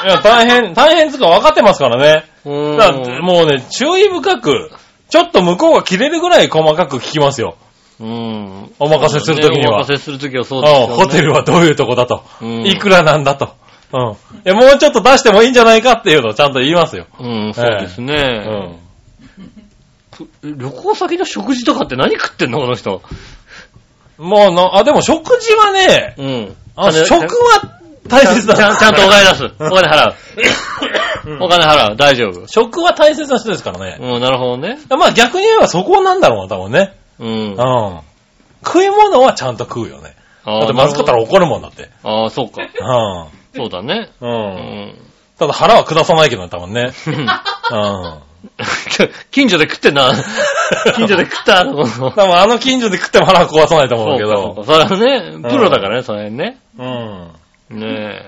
いや、大変、大変つうか分かってますからね。うん。だからもうね、注意深く、ちょっと向こうが切れるぐらい細かく聞きますよ。うん。お任せするときにおは。任せするときはそうですよ、うんね。ホテルはどういうとこだと。うんいくらなんだと。うん。いや、もうちょっと出してもいいんじゃないかっていうのをちゃんと言いますよ。うん、そうですうねん。。旅行先の食事とかって何食ってんのこの人。もうな、あ、でも食事はね、うん。あ金食は大切だ。ちゃんちゃんとお金出す。お金払う。うんお金払う。大丈夫。食は大切な人ですからね。うん、なるほどね。まあ逆に言えばそこなんだろうな、多分ね。うん。うん。食い物はちゃんと食うよね。あだってまずかったら怒るもんだって。ああ、そうか。うん。そうだね。う。うんん。 ただ腹は下さないけどね、多 分ね。うん。近所で食ってんな。近所で食った。 そう多分あの近所で食っても腹は壊さないと思かうけそうかど。それはね、プロだからね、その辺ね。うん。ねえ。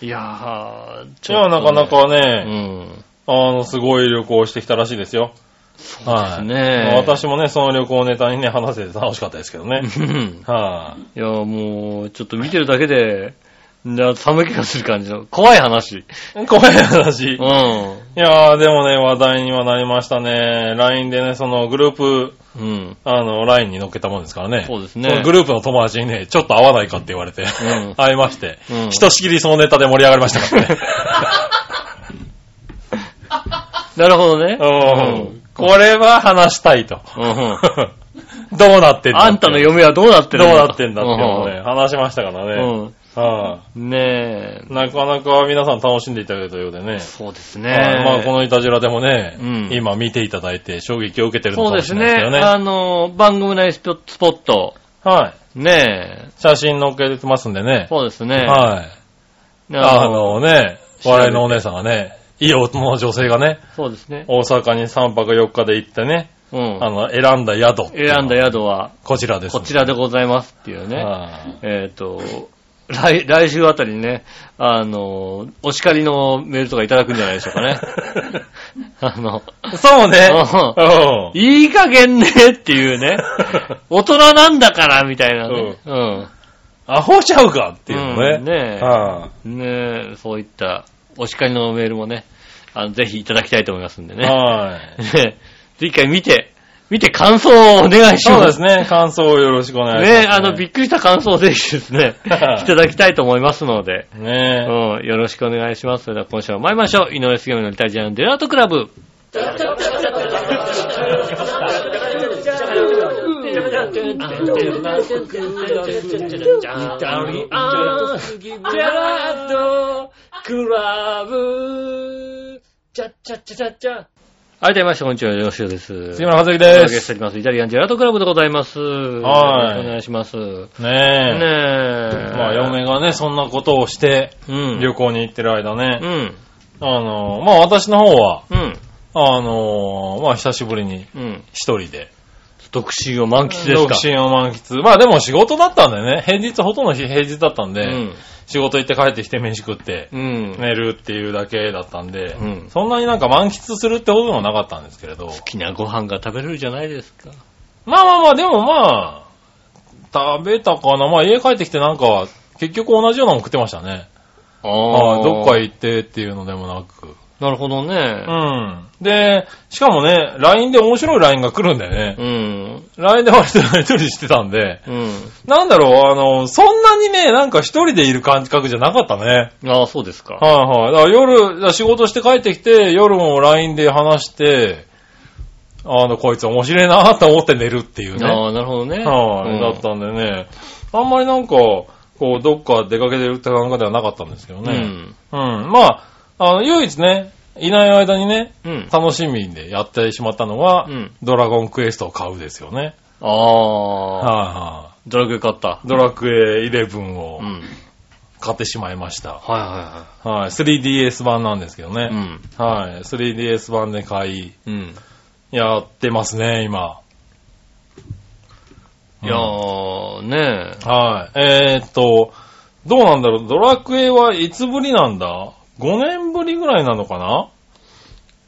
いやー、いや、なかなね。かうね、ん。あの、すごい旅行してきたらしいですよ。はい。ねえ私もね、その旅行をネタにね、話せて楽しかったですけどね。うんはいいや、もう、ちょっと見てるだけで、な寒気がする感じの、怖い話。 怖いう話。いん。やー、でもね、話題にはなりましたね。LINE でね、そのグループ、うん。あの、LINE に乗っけたもんですからね。そうですねそのグループの友達にね、ちょっと会わないかって言われて、ん 会いまして、うんひとしきりそのネタで盛り上がりましたからね。 なるほどね。うんこれは話したいと。 うん。うん。どうなってんだってあんたの嫁はどうなってるどうのなってんだっていうのをね、う話しましたからね。ん。うんはねい。なかなか皆さん楽しんでいただけたようでねえ。。そうですはいね。まあ、このいたじらでもね、うん今見ていただいて衝撃を受けてるのそうかもでしすれないねですけどね。。あの、番組内スポスポット。はい。ね写真載っけてますんでえ。ね。そうですね。はい。い。あのね、調べて笑いのお姉さんがね、いい男の女性がね、そうですね。大阪に3泊4日で行ってね、うんあ。の、選んだ宿。選んだ。宿は、こちらです。こちらでございますっていうね。はいえっ、と、来、来週あたりにね、あの、お叱りのメールとかいただくんじゃないでしょうか ね。あの、そうね。ううん いい加減ねっていう ね。大人なんだから、みたいなね。うん。っアホちゃうかっていうのね。ねはえ。ねえ、そういったお叱りのメールもね、あの、ぜひいただきたいと思いますんでい。ね。はい。ねえ一回見て、見て感想をお願いします。そうですね。感想をよろしくお願いしまね、す。あの、びっくりした感想をぜひです ね、いはいただきたいと思いますので、 うねん、よろしくお願いします。それでは今週も参りましょう。井上杉山のイタジアンデラートクラブ。はい、どうもこんにちは、よろしゅうです。杉村和之おで届けしす。ております。イタリアンジェラートクラブでございます。よろしはいくお願いします。ねえ。ねえ。ままあ、嫁がね、そんなことをして、うん。旅行に行ってる間うね。ん。あの、まあ、私の方は、うん。あの、まあ、久しぶりにうん。一人で。独身を満喫です独か。身を満喫。まあ、でも仕事だったんでね。平日、ほとんど平日だったんで、うん。仕事行って帰ってきて飯食って、うん。寝るっていうだけだったんで、うんそんなになんか満喫するってほどでもなかったんですけれど。好きなご飯が食べれるじゃないですか。まあまあまあ、でもまあ、食べたかな。まあ家帰ってきてなんか、結局同じようなもん食ってましたね。あああどっかへ行ってっていうのでもなく。なるほどうね。ん。で、しかもね、LINE で面白い LINE が来るんだよね。うん。 LINE で割とやりとりしてたんで、うん。なんだろう、あの、そんなにね、なんか一人でいる感覚じゃなかったね。ああ、そうですか。はいはい。だから夜、だから仕事して帰ってきて、夜も LINE で話して、あの、こいつ面白いなと思って寝るっていうね。ああ、なるほどね。はい、うんだったんでね。あんまりなんか、こう、どっか出かけてるって感覚ではなかったんですけどうね。ん。うん。まあ、あの、唯一ね、いない間にね、うん。楽しみでやってしまったのが、うんドラゴンクエストを買うですよね。はあい、あ、はドラクエ買ったい。。ドラクエ11をうん。買ってしまいました。はいははい。3DS 版なんですけどいはい。うね。ん。はい。3DS 版で買い、うん。やってますね、今。いやー、ねえ。はい。えー、っと、どうなんだろう。ドラクエはいつぶりなんだ ?5 年ぶりぐらいなのかな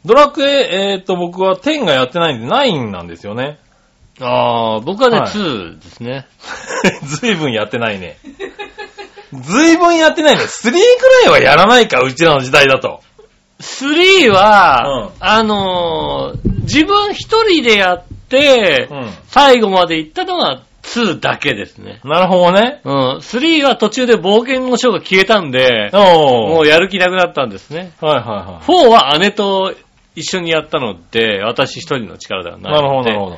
ドラクエ、えー、っと、僕は10がやってないんで9なんです よね。ああ、僕はね、はい2ですね。ずいぶんやってないね。ずいぶんやってないね。3くらいはやらないか、うちらの時代だと。 3は、うんあのー自分一人でやって、う最後まで行ったのが2だけですね。ん。なるほどね。うん。3は途中で冒険の章が消えたんで、もおー。うやる気なくなったんですね。はいはいは。4は姉と一緒にやったので、私一人の力ではいないなるほど、のでなるほど。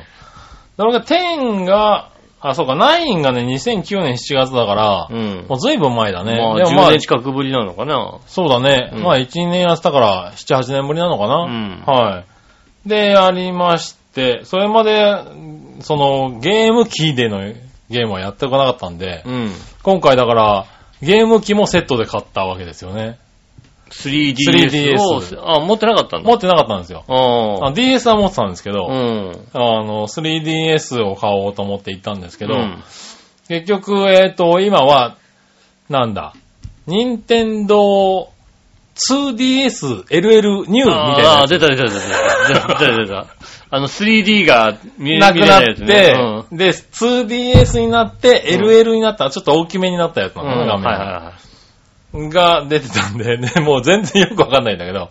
ドラクエ10が、あ、そうか、9がね、2009年7月だから、うんも。うずいぶん前だね。まあ、でもま10あ年近くぶりなのかな。そうだね。うんまあ、1、2年やってたから、7、8年ぶりなのかな。うんはい。で、やりまして、それまで、その、ゲーム機でのゲームはやってこなかったんで、うん。今回だから、ゲーム機もセットで買ったわけですよね。 3DS を、 3DS あ、持ってなかったんだ。持ってなかったんですよ。ああ DS は持ってたんですけど、あ。うん。あの、3DS を買おうと思って行ったんですけど、うん結局、えっ、と、今は、なんだ、任天堂 2DSLL ニューみたいなやつ。ああー、出た出た出た。出た出た出た。あの、3D が見えなくな見れいやっつて、ねで、2DS になって、うん LL になった、ちょっと大きめになったやつうなん。うのね、ん画面はいが、はが出てたんで、 ね、もう全然よくわかんないんだけど、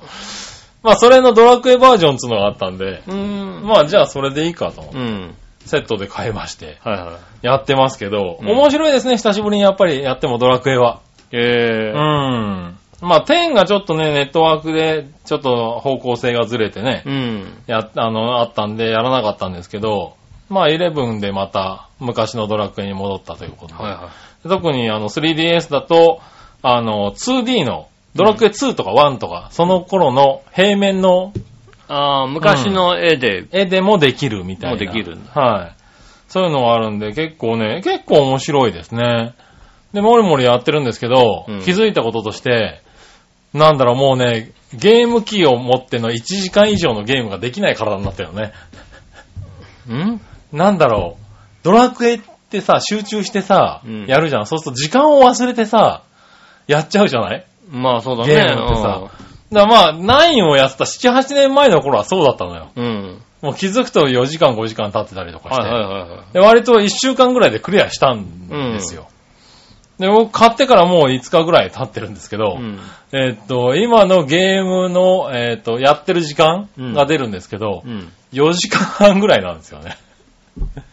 まあ、それのドラクエバージョンっていうのがあったんで、いはい。うん。まあ、じゃあそれでいいかと思って、うん。セットで買いまして、はいはい。やってますけど、うん面白いですね、久しぶりにやっぱりやってもドラクエは。えうえん。まあ、10がちょっとね、ネットワークで、ちょっと方向性がずれてね、うん。や、あの、あったんで、やらなかったんですけど、まあ、11でまた昔のドラクエに戻ったということで。はいは特にあの 3DS だと、あの、2D の、ドラクエ2とか1とか、その頃の平面のい。ああ、昔の絵で、絵でもできるみたもいな。うできるんだはい。そういうのがあるんで、結構ね、結構面白いですね。で、もりもりやってるんですけど、うん気づいたこととして、なんだろう、もうね、ゲーム機を持っての1時間以上のゲームができない体になったよね。んなんだろう、ドラクエってさ、集中してさ、うんやるじゃん。そうすると時間を忘れてさ、やっちゃうじゃないまあそうだね。ゲームってさだからまあ、9をやってた7、8年前の頃はそうだったのよ。うん。うん。もう気づくと4時間、5時間経ってたりとかして。はいはいはいはい。で、割と1週間ぐらいでクリアしたんですよ。で、僕買ってからもう5日ぐらい経ってるんですけど、うん。えーっと、今のゲームの、えーっと、やってる時間うんが出るんですけど、うん。 4時間半ぐらいなんですよね。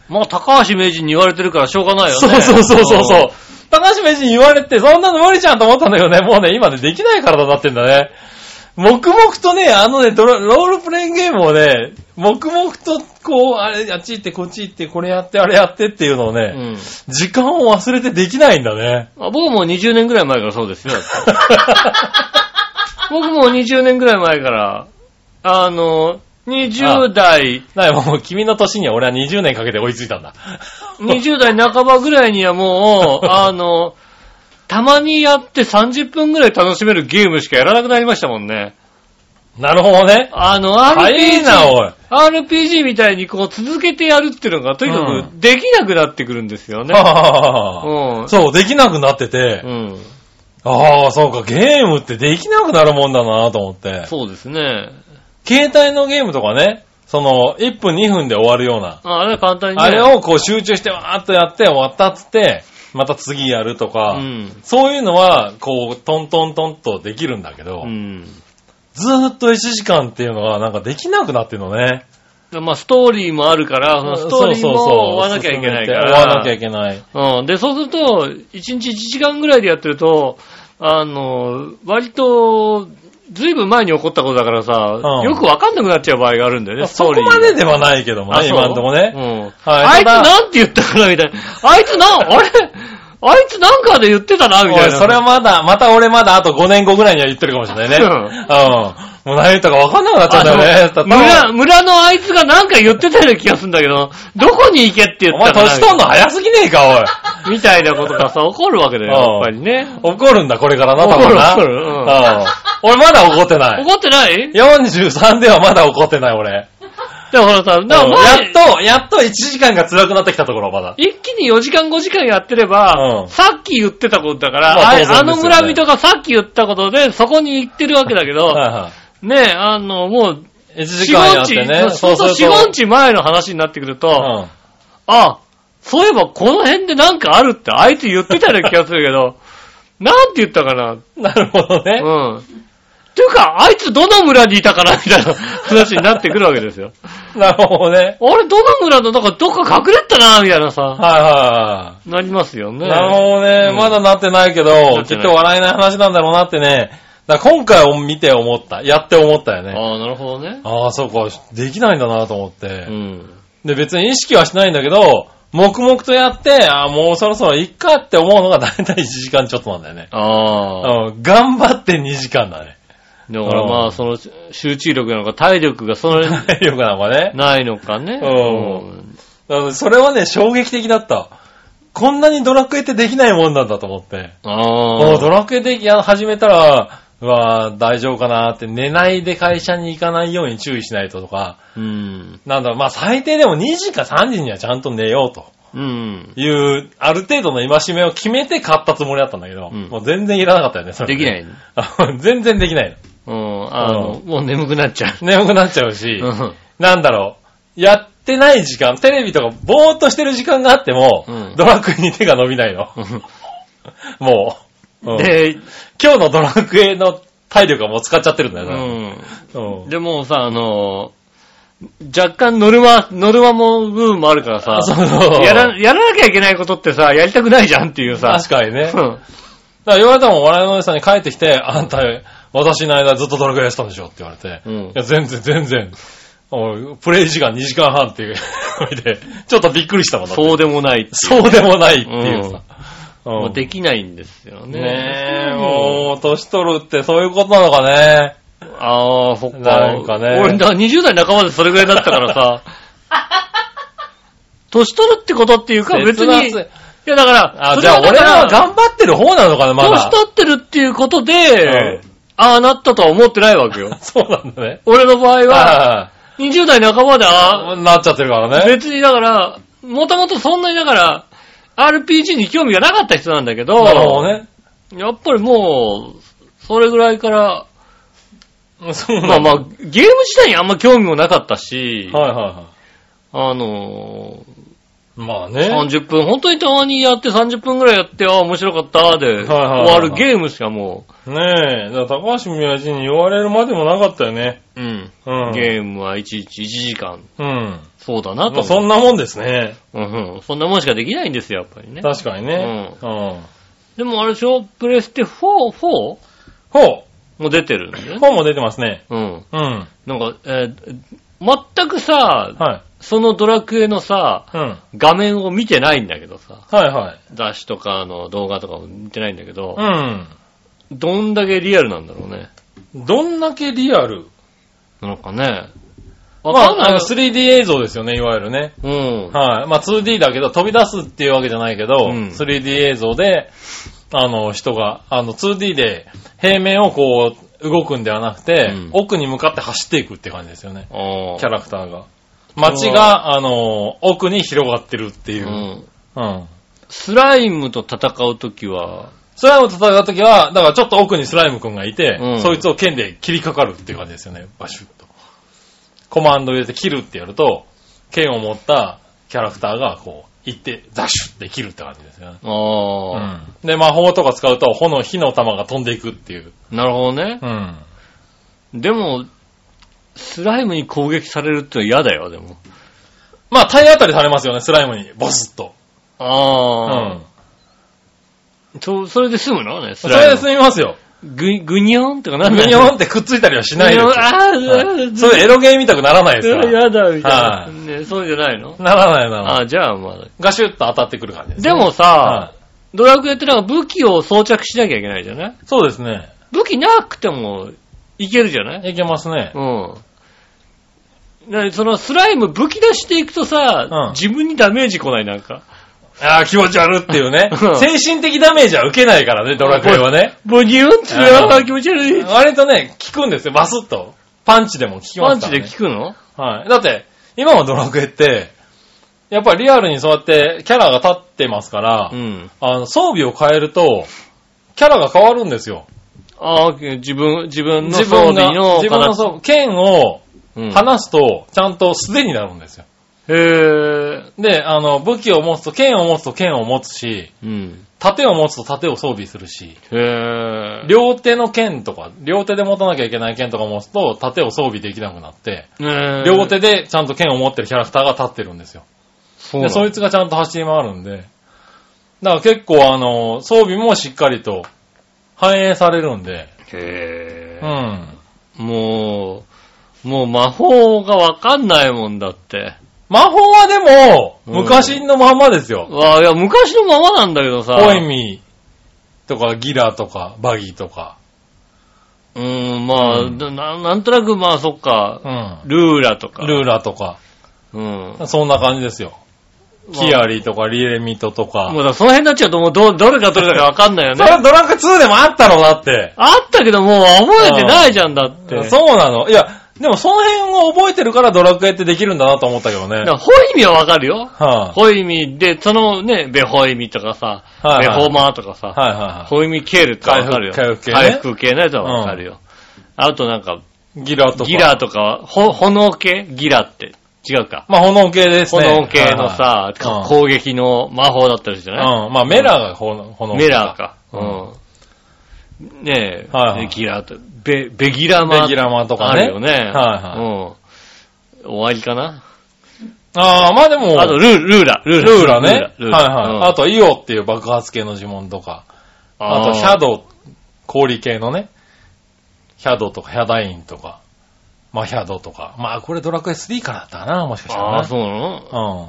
まあ高橋名人に言われてるからしょうがないよそね。うそうそうそうそう。高橋名人に言われて、そんなの無理じゃんと思ったんだけどね、もうね、今ね、できない体になってんだね。黙々とね、あのね、ドラロールプレインゲームをね、黙々と、こう、あれ、あっち行って、こっち行って、これやって、あれやってっていうのをね、うん。時間を忘れてできないんだね。あ僕も20年ぐらい前からそう ですよ。だって僕も20年ぐらい前から、あの、20代、だからもう君の年には俺は20年かけて追いついたんだ。 20代半ばぐらいにはもう、あ の、たまにやって30分ぐらい楽しめるゲームしかやらなくなりましたもんね。なるほどね。あの、早い RPG な、おい。 RPG みたいにこう続けてやるっていうのがとにかうくできなくなってくるんですよね。はうんあ。そう、できなくなってて、うん。ああ、そうか、ゲームってできなくなるもんだなと思って。そうですね。携帯のゲームとかね、その、1分2分で終わるような。ああれは簡単に、ね。あれをこう集中してわーっとやって終わったっつって、また次やるとうか、ん。そういうのは、こう、トントントンとできるんだけど、うん。ずーっと1時間っていうのがなんかできなくなってるのね。まあ、ストーリーもあるから、そのストーリーも追わなきゃいけないから。終わなきゃいけない。うん。で、そうすると、1日1時間ぐらいでやってると、あの、割と、ずいぶん前に起こったことだからさ、うんよくわかんなくなっちゃう場合があるんだよね、スそトーこリー。までではないけどもあ、ね、そう今んとこね。うん。はいあいつただなんて言ったかな、みたいな。あいつな、あれあいつなんかで言ってたな、みおたいいな。それはまだ、また俺まだあと5年後ぐらいには言ってるかもしれないね。うんうん。もう何言ったか分かんなくなっちゃあうんだよね。の村、村のあいつがなんか言ってたような気がするんだけど、どこに行けって言おっ前たかな年取んの早すぎねえか、おい。みたいなことがさ、起こるわけだよ、やうんっぱりね。怒るんだ、これからな、多分な。怒る怒るうんうん俺まだ怒ってない。怒ってない43ではまだ怒ってない、俺。でもほらさ、だからうん前やっと、やっと1時間が辛くなってきたところ、まだ。一気に4時間5時間やってれば、うんさっき言ってたことだから、まああ当然ですよねあの村人がさっき言ったことで、そこに行ってるわけだけど、はねえ、あの、もう、いはい。1時四間五やって日、ね。そうそう、する四と五日前の話になってくると、うん。あ、そういえばこの辺でなんかあるってあいつ言ってたような気がするけど、 なんて言ったかな。なるほどね。うん。ていうか、あいつどの村にいたかなみたいな 話になってくるわけですよ。 なるほどね。俺どの村の、なんかどっか隠れてたな、みたいなさ、はいはいはい。なりますよね。なるほどね、うんまだなってないけなど、っきてっないと笑えない話なんだろうなってね。だから今回を見て思った。やって思ったよね。ああ、なるほどね。ああ、そうか。できないんだなと思って。うん。で、別に意識はしないんだけど、黙々とやって、ああ、もうそろそろいっかって思うのがだいたい1時間ちょっとなんだよね。ああ。うん、頑張って2時間だね。 だからまあ、その集中力なのか、体力がそれ、体力なんかね。ないのかね。うんん。だからそれはね、衝撃的だった。こんなにドラクエってできないもんなんだと思って。もあうドあ。ラクエでや始めたら、うわー大丈夫かなって寝ないで会社に行かないように注意しないととか、うん。なんだろう、まあ最低でも2時か3時にはちゃんと寝ようとうん。いう、ある程度の戒めを決めて買ったつもりだったんだけど、うんもう全然いらなかったよね、それで きない。い。全然できないうん。あの、もう眠くなっちゃう。の。眠くなっちゃうし、うん。なんだろう、やってない時間、テレビとかぼーっとしてる時間があっても、うんドラクエに手が伸びないの。もう。うんで、今日のドラクエの体力はもう使っちゃってるんだようね。ん。うんでもさ、あの、若干ノルマ、ノルマも部分もあるからさあ、そうそうやら、やらなきゃいけないことってさ、やりたくないじゃんっていうさ。確かにね。だかうんら言われたもん、笑いのおじさんに帰ってきて、あんた、私の間ずっとドラクエやってたんでしょって言われて、うんいや、全然、全然。おいプレイ時間2時間半っていう ので、ちょっとびっくりしたもんだってそうでもないっていう。そうでもないっていうさ。うんもうできないんですよね。ねえ、もう、年取るってそういうことなのかね。ああ、そっか。なんかね俺、だから20代半ばでそれぐらいだったから さ。年取るってことっていうか、別に。い切なすや、だから、あ、そじれゃあだ俺からは頑張ってる方なのかな、まだ年。取ってるっていうことで、うん。ああなったとは思ってないわけよそうなんだね。俺の場合は、は20代半ばで、いあはいなっちゃってるからあ、ね。別にだから、もともとそんなにだから、RPG に興味がなかった人なんだけど、なるほどね。やっぱりもう、それぐらいから、そうな んまだあまあ、ゲーム自体にあんま興味もなかったし、はいはあのいはい。まあー、ね。 30分、本当にたまにやって30分ぐらいやって、ああ、面白かった、で、い終はいはいわるゲームしかもねえ、だから高橋宮治に言われるまでもなかったよね。う、うん、うん。ゲームはいちいち1時間、うん。そうだなまとあそ思んう。なもんですね。うんうんそんなもんしかできないんですよ、やっぱりね。確かにね。うん。でもあれでしょ、プレステ 4?4? 4ほも出てるんだう。よね。ほうも出てますね。うん。うん。なんか、えー全くさ、はい。そのドラクエのさ、うん。画面を見てないんだけどさ。はいはい。雑誌とかの動画とかも見てないんだけど、うん。どんだけリアルなんだろうね。どんだけリアルなんかね。まわかんあ、なあのい。 3D 映像ですよね、いわゆるね。うん。はい。まあ 2D だけど、飛び出すっていうわけじゃないけうど、ん 3D 映像で、あの、人が、あの、2D で平面をこう、動くんではなくて、うん奥に向かって走っていくって感じですよね。あキャラクターが。街が、あの、奥に広がってるっていうう。ん。うん。スライムと戦うときは、スライムと戦うときは、だからちょっと奥にスライムくんがいて、うんそいつを剣で切りかかるっていう感じですよね。バシュッと。コマンド入れて切るってやると、剣を持ったキャラクターがこう、行って、ザシュッて切るって感じですよね。うああ、ん。で、魔法とか使うと、炎、火の玉が飛んでいくっていう。なるほどねう。ん。でも、スライムに攻撃されるって嫌だよ、でも。まあ、体当たりされますよね、スライムに。ボスッと。うああ、ん。そ、それで済むのね、スそライれム。で済みますよ。ぐ、ぐにょんとかなんグだニョンってくっついたりはしないですよ。ああー、はいそういうエロゲーみたくならないですから。嫌だ、みたいな。はいね、そうじゃないの ならないならない。ああ、じゃあまあ。ガシュッと当たってくる感じです、ね。でもさ、はドラクエってなんか武器を装着しなきゃいけないじゃないい、そうですね。武器なくてもいけるじゃないいけますね。うん。なにそのスライム武器出していくとさ、うん自分にダメージ来ないなんか。。ああ、気持ち悪って いうねうん精神的ダメージは受けないからね、ドラクエは ね。ボニュンってあー気持ち悪い。割とね、効くんですよ、バスッと。パンチでも効きパまンすチから、ね。で効くのはい。だって、今のドラクエって、やっぱりリアルにそうやってキャラが立ってますから、うん。あの装備を変えると、キャラが変わるんですよ。ああ、自分、自分の自装分備が、の自分の形。そう剣をうん離すと、ちゃんと素手になるんですよ。へえ。で、あの、武器を持つと、剣を持つと剣を持つし、うん。盾を持つと盾を装備するし、へえ。両手の剣とか、両手で持たなきゃいけない剣とか持つと、盾を装備できなくなって、ねえ両手でちゃんと剣を持ってるキャラクターが立ってるんですよ。そうで、そいつ。つがちゃんと走り回るんで、だから結構あの、装備もしっかりと反映されるんで、へえう。ん。もう、もう魔法がわかんないもんだって。魔法はでも、うん昔のまんまですよ。わあ、いや、昔のままなんだけどさ。ホイミとかギラとかバギーとか、うーん、まあ、うんなな、なんとなく、まあ、そっかう、ん。ルーラとか。ルーラとか、うん。そんな感じですよ。キアリとかリレミトとか。もうだからその辺になっちゃうと、もうど、どれかどれだかわかんないよ そね。れドラクエ2でもあったろうなって。あったけど、もう覚えてないじゃんだって。う。そうなの。いや、でもその辺を覚えてるからドラクエってできるんだなと思ったけどね。だからホイミはわかるよ。はホイミで、そのね、ベホイミとかさ、はいベはいホマーとかさ、いはいはホイミケールとかわかるよ。回復系ね回復系のやつはわかるよ。あとなんか、い。ギラとか。ギラとか、ほ、炎系ギラって。違うか。まあ炎系ですね。炎系のさ、はいはいうん攻撃の魔法だったりじゃない、うん。まあメラが炎炎系メラーか。うんうん。ねえ、はいはいベギラーと、ベ、ベギラマベギラマとかねあるよね。はいうん。終わりかなああ、まあでも、あと、ルー、ルーラ、ルールーラ。ラね。ルーラルーはいラうんはい。あと、イオっていう爆発系の呪文とか。あと、ヒャド、氷系のね。ヒャドとか、ヒャダインとか。マヒャドとか。まあ、これドラクエ3からだったかな、もしかしたらあな。あ、そうなのうん。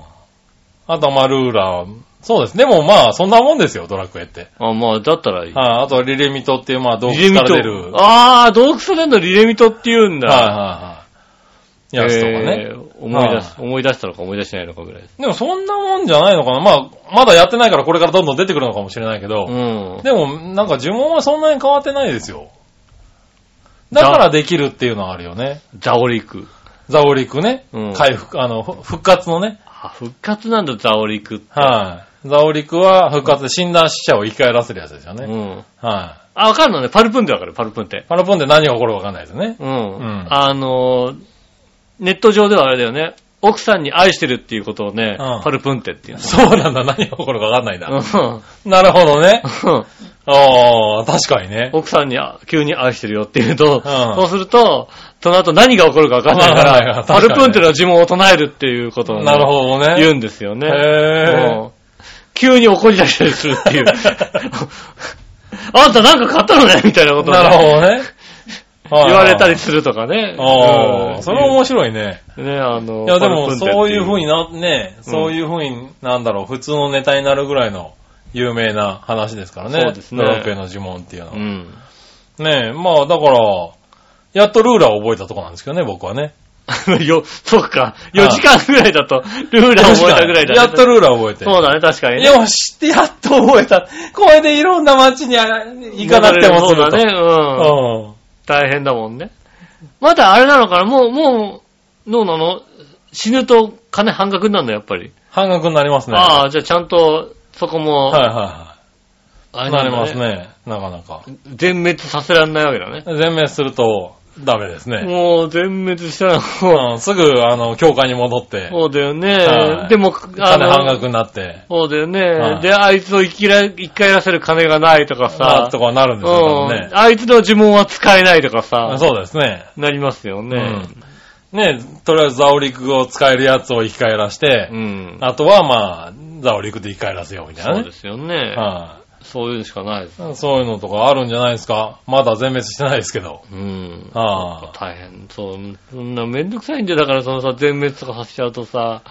あとはまあ、ルーラー。そうです。でもまあ、そんなもんですよ、ドラクエって。あまあ、だったらいい。はい。あとはリレミトっていう、まあ、洞窟リレミかトら出る。はいああ、洞窟から出るのリレミトって言うんだ。はいはい。やつとかね。えー思い出す、は思い出したのか思い出してないのかぐらい。でもそんなもんじゃないのかな。まあ、まだやってないからこれからどんどん出てくるのかもしれないけど。うん。でも、なんか呪文はそんなに変わってないですよ。だからできるっていうのはあるよね。ザオリク。ザオリクね。うん回復、あの、ふ復活のね。あ、復活なんだ、ザオリクって。はい。ザオリクは復活で診断死者を生き返らせるやつですようね。ん。はあ、わかるのね。パルプンでわかる、パルプンってい。。パラポンで何が起こるかわかんないですね。うん。んあのー、ネット上ではあれだよね。奥さんに愛してるっていうことをね、うんパルプンテって言うそうなんだ。 何が起こるかわかんないんだ。の。なるほどね。うん。ああ、確かにね。奥さんにあ急に愛してるよって言うと、んそうすると、その後何が起こるかわかんないか、わかんないかららパルプンテ確かにねの呪文を唱えるっていうことをねなるほどね。言うんですよね。へうん急に怒り出したりするっていう。あんたなんか買ったのねみたいなこー。とをねなるほどね。 言われたりすするとかね。る。あうあ、んそれは面白いね。ね、あの、いやでパルプも、ンテってそういう風にな、ね、そういう風に、なんだろう、普通のネタになるぐらいの有名な話ですからね。そうですねドラクエの呪文っていうのは。うん。ねえ、まあだから、やっとルーラーを覚えたとこなんですけどね、僕はね。よ、そうか。4時間ぐらいだと、ルーラ ー覚えたぐらいだね。やっとルーラーを覚えて。そうだね、確かにね。よしってやっと覚えた。これでいろんな街にあ行かなくてもすそうると。だね、うん。うん。大変だもんね。まだあれなのかなもう、もう、どうなの死ぬと金半額になるの、やっぱり。半額になりますね。ああ、じゃあちゃんと、そこも、はいはあれいはい。ななんりだます。ね。なかなか。全滅させられないわけだね。全滅すると、ダメですね。もう、全滅したら、もうん、すぐ、あの、教会に戻ってう、、そうだよはね。いでも、あ金半の、額になって、そうだよはね。いで、あいつを生きら、生き返らせる金がないとかささあ、、とかなるんうですよ多分んね。。あいつの呪文は使えないとかさ、そうですね。なりますよね。ねとりあえずザオリクを使えるやつを生き返らしてう、ん。あとはまあ、ザオリクで生き返らせようみたいそなうねで。すよね。はそういうのしかないです。いそういうのとかあるんじゃないですかまだ全滅してないですけど。うん。あ大変。そう、そんなめんどくさいんだよ。だからそのさ、全滅とかさせちゃうとさ、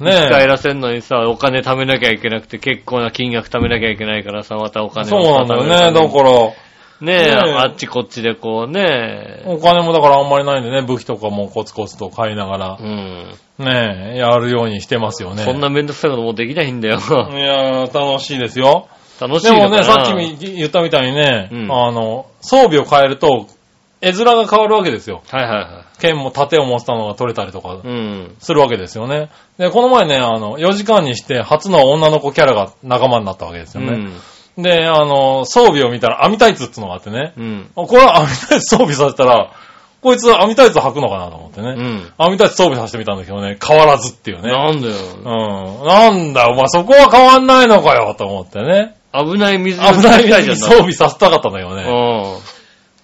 ね生き返らせるのにさ、お金貯めなきゃいけなくて、結構な金額貯めなきゃいけないからさ、またお金そうをなさんだ貯よめね。るためだにから、ねえ、ねえあっちこっちでこうね、お金もだからあんまりないんでね、武器とかもコツコツと買いながうん。ら、ねやるようにしてますよね。そんなめんどくさいこともうできないんだ よ。いやー、楽しいですよ。楽しいでのかもなね、さっきみ言ったみたいにね、うんあの、装備を変えると、絵面が変わるわけですよ。はいはいは剣も盾を持ってたのが取れたりとかい。うん。するわけですよね。で、この前ね、あの、4時間にして初の女の子キャラが仲間になったわけですうよね。ん。で、あの、装備を見たら網タイツってのがあってね、うん。あこれは 網タイツ装備させたら、こいつ網タイツ履くのかなと思ってね。うん。網タイツ装備させてみたんだけどね、変わらずっていうね。なんだよ。うん。なんだ、お前そこは変わんないのかよ、と思ってね。危ない水危ないみたい装う。備させたかったんだけどうね。ん。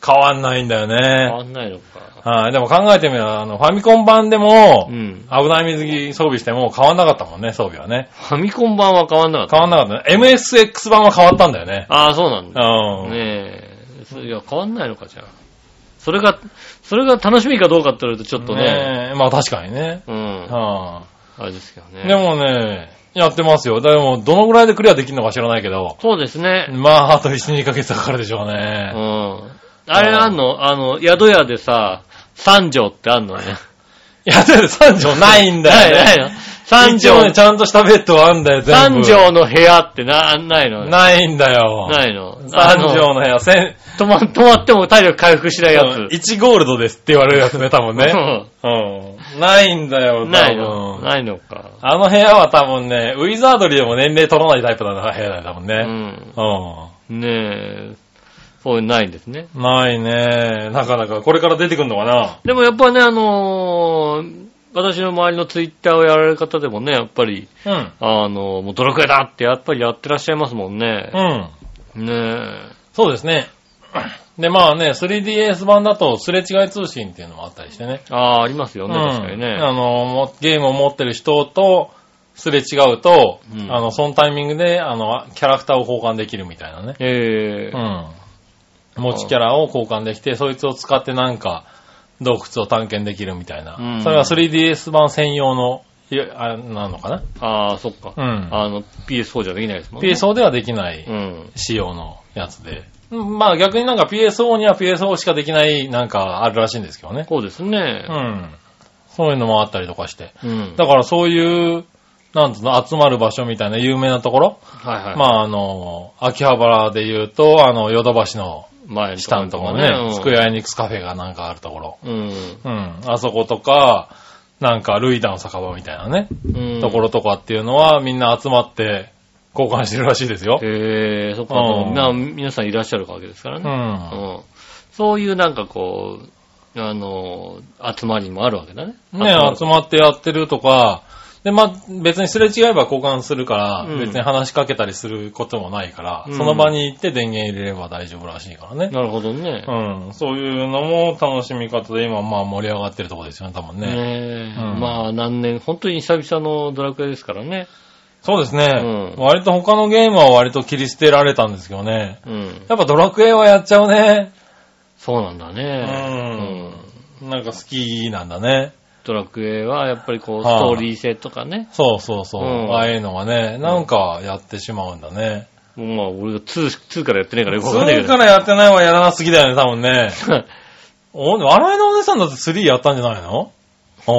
変わんないんだよ変ね。わんないのか。はい。でも考えてみれば、あの、ファミコン版でもう、ん。危ない水着装備しても変わんなかったもんね、装備はね。ファミコン版は変わんなかった。変わんなかったね。MSX 版は変わったんだよね。ああ、そうなんだ。ねうえ。そいや、変わんないのか、じゃあ。それが、それが楽しみかどうかって言われるとちょっとん。ね。ねえまあ確かにね。うん。あはれですけどね。い。で、もね、やってますよ。でも、どのぐらいでクリアできるのか知らないけど、そうですね。まあ、あと1、2ヶ月かかるでしょううね。ん。あれあんのあの、宿屋でさ、三条ってあんのね。いや、でも3畳ないんだよ、ね。ないないの三一応条ね、、ちゃんとしたベッドはあんだよ、全三部。条の部屋ってな、ないのないんだよ。ないのあ三の、畳の部屋、千、止ま、止まっても体力回復しないやつ。 1ゴールドですって言われるやつね、多分ね。ううん。ないんだよ、多ん分。ないのないのか。あの部屋は多分ね、ウィザードリーでも年齢取らないタイプな部屋だよ、多分うね。ん。うねえ。そういうのないんですね。ん。ないね。なかなか、これから出てくんのかなでもやっぱね、あのー私の周りのツイッターをやられる方でもね、やっぱり、うん。あのーもうドラクエだってやっぱりやってらっしゃいますもんね。うん。ねえ。そうですね。で、まあね、3DS 版だとすれ違い通信っていうのもあったりしてね。ああ、ありますよね、確かにうねん。あの、もゲームを持ってる人とすれ違うと、うんあの、そのタイミングで、あの、キャラクターを交換できるみたいなね。ええうん。持ちキャラを交換できて、そいつを使ってなんか、洞窟を探検できるみたいな。うんそれは 3DS 版専用の、いやあれなのかなああ、そっか。うんあの、PS4 じゃできないですもんね。 ?PSO ではできないうん。仕様のやつで。うんまあ逆になんか PSO には PSO しかできないなんかあるらしいんですけどね。こうですねう。ん。そういうのもあったりとかして。うん。だからそういう、なんつうの、集まる場所みたいな有名なところ、はいはい。まああの、秋葉原で言うと、あの、ヨドバシの前に下のところね、スクエアエニックスカフェがなんかあるところ。うん。うん。あそことか、なんか、ルイダの酒場みたいなね、うん。ところとかっていうのは、みんな集まって交換してるらしいですよ。へえ、そっか、うんな皆さんいらっしゃるわけですからう。ね。うんんそういうなんかこう、あの、集まりもあるわけだね。ね、集まってやってるとか、で、まあ、別にすれ違えば交換するから、うん別に話しかけたりすることもないから、うんその場に行って電源入れれば大丈夫らしいからね。なるほどね。うん。そういうのも楽しみ方で、今、まあ、盛り上がってるとこですよね、多分ね。ねえ、うんまあ何年、本当に久々のドラクエですからね。そうですね、うん割と他のゲームは割と切り捨てられたんですけどね。うん。やっぱドラクエはやっちゃうね。そうなんだね。うんなんか好きなんだね。ドラクエはやっぱりこう、スはあトーリー性とかね。そうそうそう。うんああいうのがね、なんかやってしまうんだね。まあ俺が2、2からやってないからよくわかんないけ2ど。からやってないはやらなすぎだよね、多分ね。 ら。お、笑いのお姉さんだって3やったんじゃないのうん。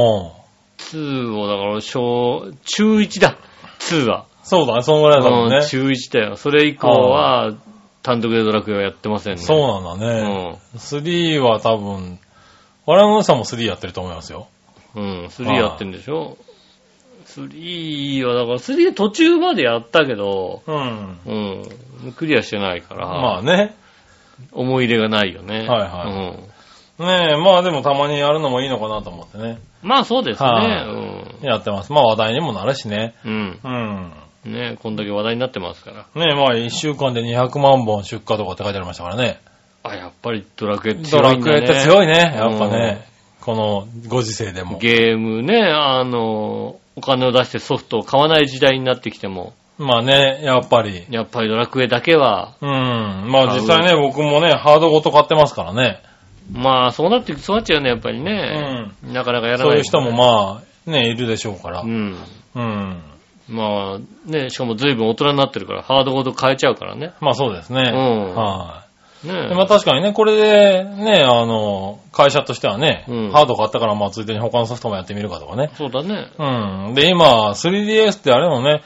2をだから小、中1だ。2は。そうだね、そのぐらいだもんうねん。中1だよ。それ以降は、単独でドラクエはやってませんね。そうなんだね。3は多分、笑いのお姉さんも3やってると思いますよ。うん。うん。3やってんでしょ ?3 は、だから3途中までやったけど、うん。うん。クリアしてないから、まあね。思い入れがないよね。はいはうんねえ、まあでもたまにやるのもいいのかなと思ってね。まあそうですねは。やってます。まあ話題にもなるしね。うん。うん。うん。ねこんだけ話題になってますから。ねえ、まあ1週間で200万本出荷とかって書いてありましたからね。あ、やっぱりドラクエド強いラんクだエね。って強いね。やっぱね。このご時世でうん。も。ゲームね、あの、お金を出してソフトを買わない時代になってきても、まあね、やっぱり。やっぱりドラクエだけは、うん。まあ実際ね、僕もね、ハードごと買ってますからね。まあそうなって、そうなっちゃうね、やっぱりうね。ん。なかなかやらない、そういう人もまあ、ね、いるでしょうからう。ん。うん。まあね、しかも随分大人になってるから、ハードごと変えちゃうからね。まあそうですね。うんはい。ねでまあ確かにね、これで、ね、あの、会社としてはね、うんハード買ったから、まあついでに他のソフトもやってみるかとかね。そうだね。うん。で、今、3DS ってあれもね、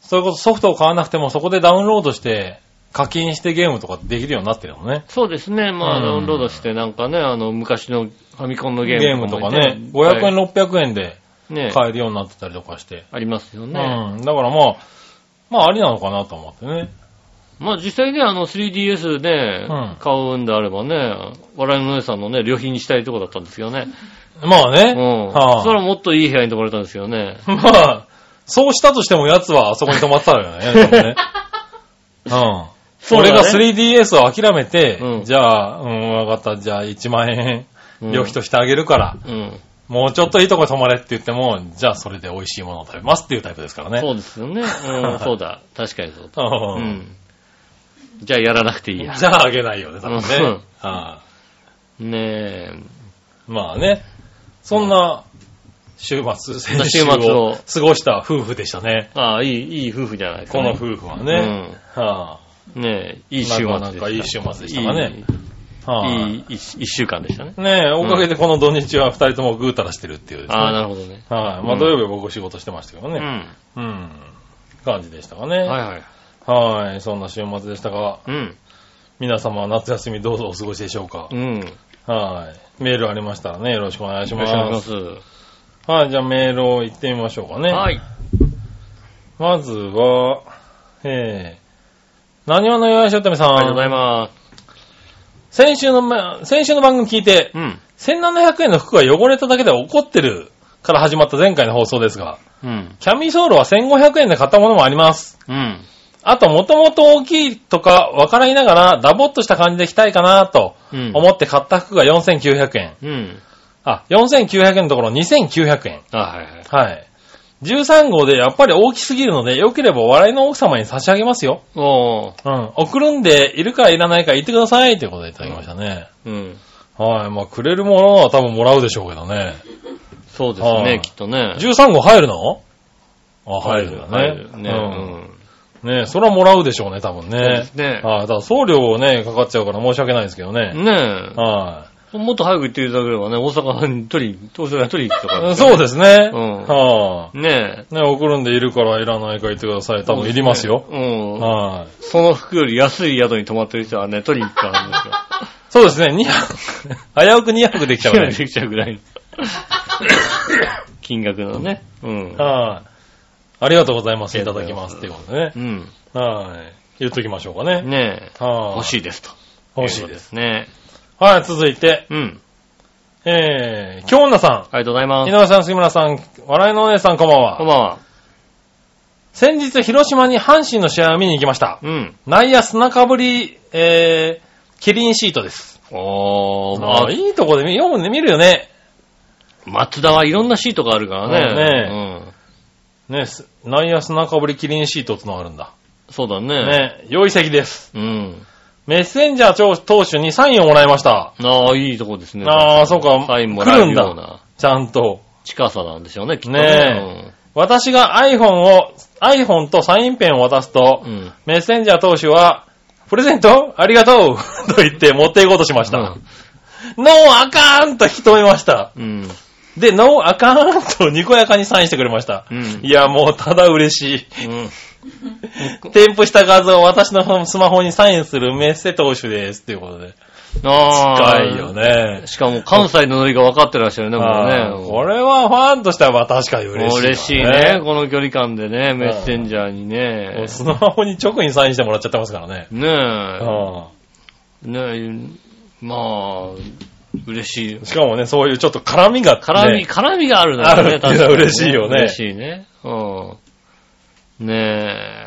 それこそソフトを買わなくても、そこでダウンロードして、課金してゲームとかできるようになってるもんね。そうですね。まあ、うんダウンロードして、なんかね、あの、昔のファミコンのゲゲーームムととかかね、も500円、ね600円でね買えるようになってたりとかして。ありますようね。ん。だからまあ、まあありなのかなと思ってね。まあ、実際ね、あの、3DS でうん買うんであればね、笑いのお姉さんのね、良品にしたいとこだったんですよね。まあうね。ん。はあそれはもっといい部屋に泊まれたんですよね。まあ、そうしたとしても奴はあそこに泊まってたよ ね。多分ねうん。そうだね俺が 3DS を諦めて、うんじゃあ、うん、わかった、じゃあ1万円、うん旅費としてあげるから、うん。もうちょっといいとこ泊まれって言っても、じゃあそれで美味しいものを食べますっていうタイプですからね。そうですよね。 うん、そうだ。確かにそうだ。ううんん。じゃあ、やらなくていいや。じゃああげないよね、多分ね。うんはねえ。いまあね、そんな週末、先週週末をを過ごした夫婦でしたね。ああ、いい、いい夫婦じゃないですか、このね。夫婦はね。はうん。ねえ、いい週末でした。なかなかいい週末でしたかねいいはいいい一一週間でしたね。ねえ、おかげでこの土日は二人ともぐうたらしてるっていうですね。ああ、なるほどね。はい。まうあん土曜日は僕仕事してましたけどうね。ん。うん。感じでしたかね。はいははい。い。そんな週末でしたが、うん。皆様は夏休みどうぞお過ごしでしょうかう。ん。はい。メールありましたらね、よろしくお願いしおます。願いしはい、じゃあメールを行ってみましょうかまね。す。はい。まずは、えー、何話の岩井しおたみさん。ありがとうございます。先週のま、先週の番組聞いて、うん。 1700円の服が汚れただけで怒ってるから始まった前回の放送ですが、うん。キャミソールは1500円で買ったものもあります。うん。あと、もともと大きいとか分からいながら、ダボっとした感じで着たいかなとうん。思って買った服が4900円。うん。あ、4900円のところ2900円。あはいはい。はい。13号でやっぱり大きすぎるので、良ければお笑いの奥様に差し上げますよ。おー。うん。送るんで、いるかいらないか言ってくださいということでいただきましたね。うん。はい。まあ、くれるものは多分もらうでしょうけどね。そうですはねい、きっとね。 13号入るのあ、入るんだね。入るね。うん。ねそれはもらうでしょうね、多分うんそうでねす。ね。はい。ただ送料をね、かかっちゃうから申し訳ないですけどね。ねはえ。もっと早く言っていただければね、大阪に取り、東京に取り行くとか。い。そうですね。うんは ねえ。い。ね送るんでいるからいらないか言ってください。多分いりますよ。うん。はい。その服より安い宿に泊まってる人はね、取りに行くからですよ。そうですね、2泊。 危うく2泊できちゃう手がね。できちゃうぐらいの 金額のね。うん。 はい。ありがとうございます。いただきます。っていうことでねう。ん。はい。言っときましょうかね。ねえ。はい。欲い。しいですと。欲しいです。すね。はい、続いて、うん。えー、京女さありがとうございん。ま井す。上さん、杉村さん、笑いのお姉さん、こんばんこんは。ばんは。先日、広島に阪神の試合を見に行きました。うん。内野砂かぶり、えー、キリンシートです。おー、まああ、いいとこで見読むね、見るよね。松田はいろんなシートがあるからね。うん。ね、す内野砂かぶりキリンシートってのがあるんだ。そうだね。ね、良い席です。うん。メッセンジャー長投手にサインをもらいました。ああ、いいとこですね。ああ、そうか。サインもらえ来るるんようだ。なちゃんと。近さなんでしょうね、きっとねね。私が iPhone を、iPhone とサインペンを渡すと、うん。うんメッセンジャー投手は、プレゼントありがとう と言って持っていこうとしました。うんノーアカーンと引き止めました。うん。で、ノーアカーンとにこやかにサインしてくれました。うんいや、もうただ嬉しい。うん。添付した画像を私のスマホにサインするメッセ投手です。ということで。ああ。深いよ。ね。しかも関西のノリが分かってらっしゃるね、あーもこうね。れはファンとしては確かに嬉しいわ。嬉しいね、この距離感でね、メッセンジャーにもねう。スマホに直にサインしてもらっちゃってますからね。ねうえ。ねえ、まあ、嬉しいん。。しかもね、そういうちょっと絡みが、ね。絡み、絡みがあるだろうあるね、 っていうのは嬉しいよね嬉しいね。うん。ねえ。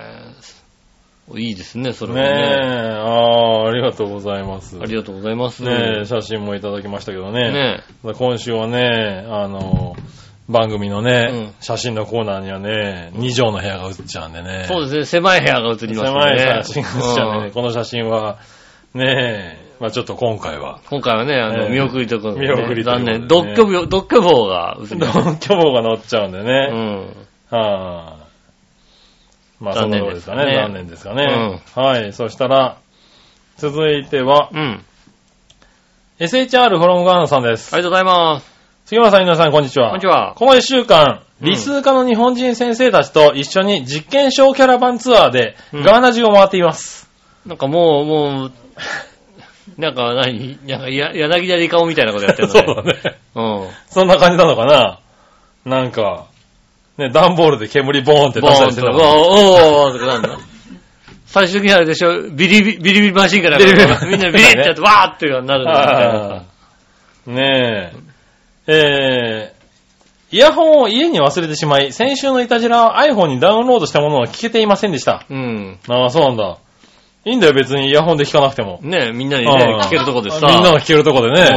いいですね、それねえ、はね。ああ、ありがとうございます。ありがとうございます。ねえ、写真もいただきましたけどね。ね今週はね、あの、番組のね、うん写真のコーナーにはね、2畳の部屋が映っちゃうんでね。そうですすね、狭い部屋が映ります狭いね。写真が映っちゃうんでね、この写真は、ねえ、まあちょっと今回は、今回はね、あええの、見送りとか、見送りということ残でね念。独居病、独居房が映りドまン す。キョボが乗っちゃうんでうね。ん。はあ、まあそ残の念ようですかね。ですね残念ですかね。はい、そしたら、続いては、うん。 SHR フロムガーナさんですあ。りがとうございます。杉村さん、皆さん、こんにちは。こんにちは。この一週う間、ん理数科の日本人先生たちと一緒に実験小キャラバンツアーで、うんガーナ中を回っています。 なんかもう、もう、なんか何、なんか、や、柳田理香みたいなことやってるのね。ね。うん。そんな感じなのかななんか、ね、段ボールで煙ボーンって出ボしたーりンしてとたか、のうかなわおーおーとかなんだ。最終的にあれでしょ、ビリビリ、ビリビリマシンから、みんビリビリなビリってやって、わーってなるんだあー ねえ。えー、イヤホンを家に忘れてしまい、先週のイタジラは iPhone にダウンロードしたものは聞けていませんでした。みたいな。うん。ああ、そうなんだ。いいんだよ、別にイヤホンで聞かなくても。ねみんなにねうん、聞けるとこでさ。みんなの聞けるとこでね、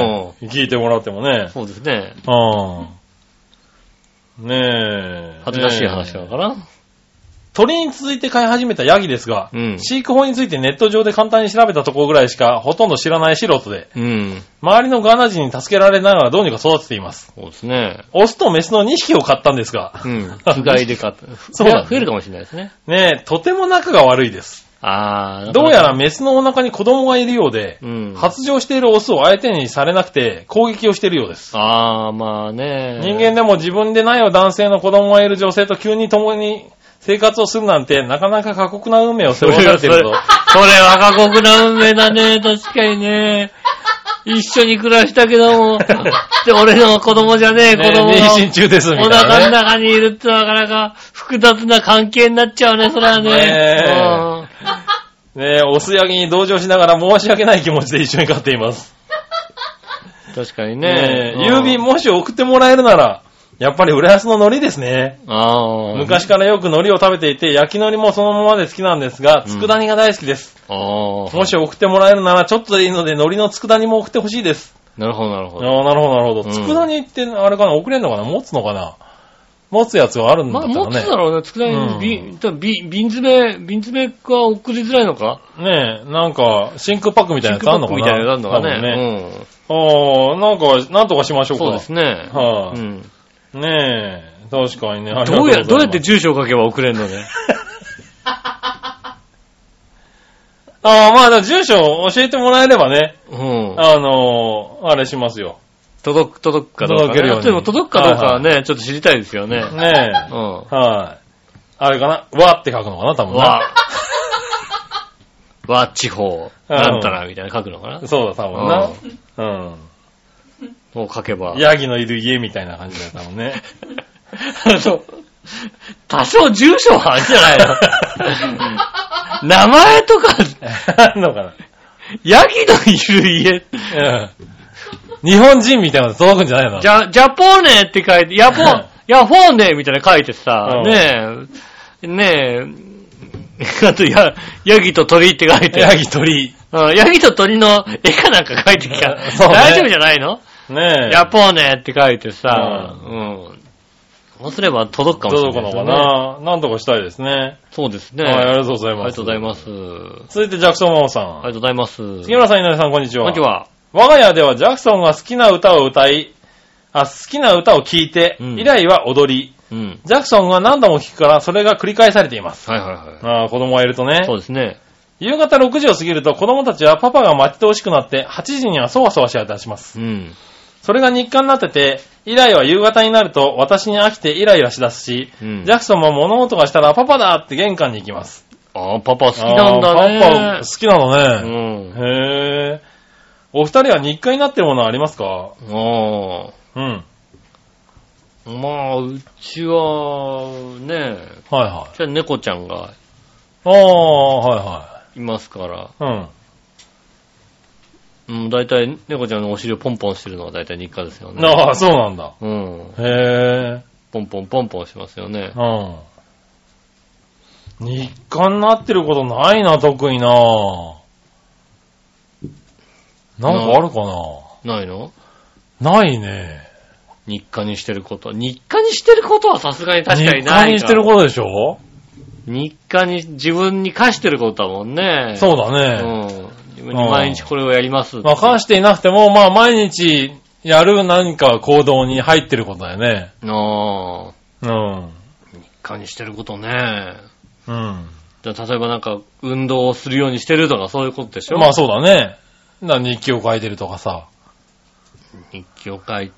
聞いてもらってもね。そうですね。うん。ねえ。恥ずかしい話なのねえかな。鳥に続いて飼い始めたヤギですが、うん飼育法についてネット上で簡単に調べたところぐらいしかほとんど知らない素人で、うん。周りのガーナ人に助けられながらどうにか育てています。そうですね。オスとメスの2匹を買ったんですが、うん。 不買で買った。そうだね増えるかもしれないですね。ねえ、とても仲が悪いです。あー。どうやらメスのお腹に子供がいるようで、うん。発情しているオスを相手にされなくて攻撃をしているようです。あー、まあね人間でも自分でない男性の子供がいる女性と急に共に生活をするなんて、なかなか過酷な運命を背それ負わはそされてれ、それる ぞ。は過酷な運命だね、確かにね。一緒に暮らしたけども、で俺の子供じゃねえ、子ね供妊娠の中です、みたおいな腹のね、中にいるってなかなか複雑な関係になっちゃうね、それはねね。ねえ、オスヤギに同情しながら申し訳ない気持ちで一緒に飼っています。うん確かにねね。え、郵便も。もし送ってもらえるなら、やっぱり浦安の海苔ですね。ああ。昔からよく海苔を食べていて、焼き海苔もそのままで好きなんですが、うん佃煮が大好きです。ああ。もし送ってもらえるなら、ちょっとでいいので、海苔の佃煮も送ってほしいです。なるほど、なるほど。ああ、なるほど、なるほうど。ん佃煮って、あれかな、送れんのかな持つのかな持つやつはあるんまだっあ、たらね。持つだろうね。佃うん煮に、びび瓶詰め、瓶詰めは送りづらいのかねえ、なんか、真空パックみたいなやつあるのかシンクパックなみたいなのがあるのか多分ねね。ああ、なんか、なんとかしましょうか。そうですね。ね。はうい、ん。ねえ、確かにね。ありがとどうございや、ますどうやって住所を書けば送れんのね。ああ、まあ、だから住所を教えてもらえればね、うん。あのーあれしますよ。届く、届くかどうか、ね。届けるようにでも届くかどうかはね、ちょっと知りたいですよね。ねえ。うん。わはい。あれかなわって書くのかな多分な。、わ、地方、うんなんたらみたいな書くのかな。そうだ、多分な。もう書けばうん。。ヤギのいる家みたいな感じだよ、多分ね。あの、多少住所はあるんじゃないの名前とか、あんのかヤギのいる家。なうん。日本人みたいなの届くんじゃないのジャ、ジャポーネって書いて、ヤポうんン、ヤフォーネみたいなの書いてさ、うんねえ、ねえ、あと、や、ヤギと鳥って書いて。ヤギ鳥。うん、ヤギと鳥の絵かなんか書いてきた。そうね大丈夫じゃないの、ねえ。ヤポーネって書いてさ、ううん。そうすれば届くかもしれ届なくいでのすかよね、ななんとかしたいですね。そうですね。はい、ありがあとうございります。。がとうございますす。あり続いてジャクソンママさん。がとうございます。杉村さん、稲荷さん、こんにちは。こんにち。は。我が家ではジャクソンが好きな歌を歌い、あ、好きな歌を聴いて、うん以来は踊り、うん。ジャクソンが何度も聴くから、それが繰り返されています。はいはいはああ、子供がいるとねい。。そうですね。夕方6時を過ぎると子供たちはパパが待ち遠しくなって、8時にはそわそわし出します。うん。それが日課になってて、以来は夕方になると私に飽きてイライラしだすし、うんジャクソンも物音がしたらパパだって玄関に行きます。ああ、パパ好きなんあーパだねパ好。きなのうね。ん。へえ。お二人は日課になってるものはありますかああ。うん。まあ、うちは、ねえ、はいはい。じゃあ猫ちゃんがああ、はいますから、いはうい。ん、大体猫ちゃんのお尻をポンポンしてるのが大体日課ですようん。ね。ああ、そうなんだ。うん。へえ。ポンポンポンポンしますよね。うん。日課になってることないな、特にな。なんかあるかないのなないね。日課にしてること。日課にしてることはさすがに確かにない日課にしてるとことでしょ日課に自分に課してることだもんね。そうだね。うん。自分に毎日これをやりますって。まあ、関していなくても、まあ、毎日やる何か行動に入ってることだよね。ああうん。日課にしてることね。うん。じゃあ例えばなんか、運動をするようにしてるとかそういうことでしょまあ、そうだね。な日記を書いてるとかさ。日記を書い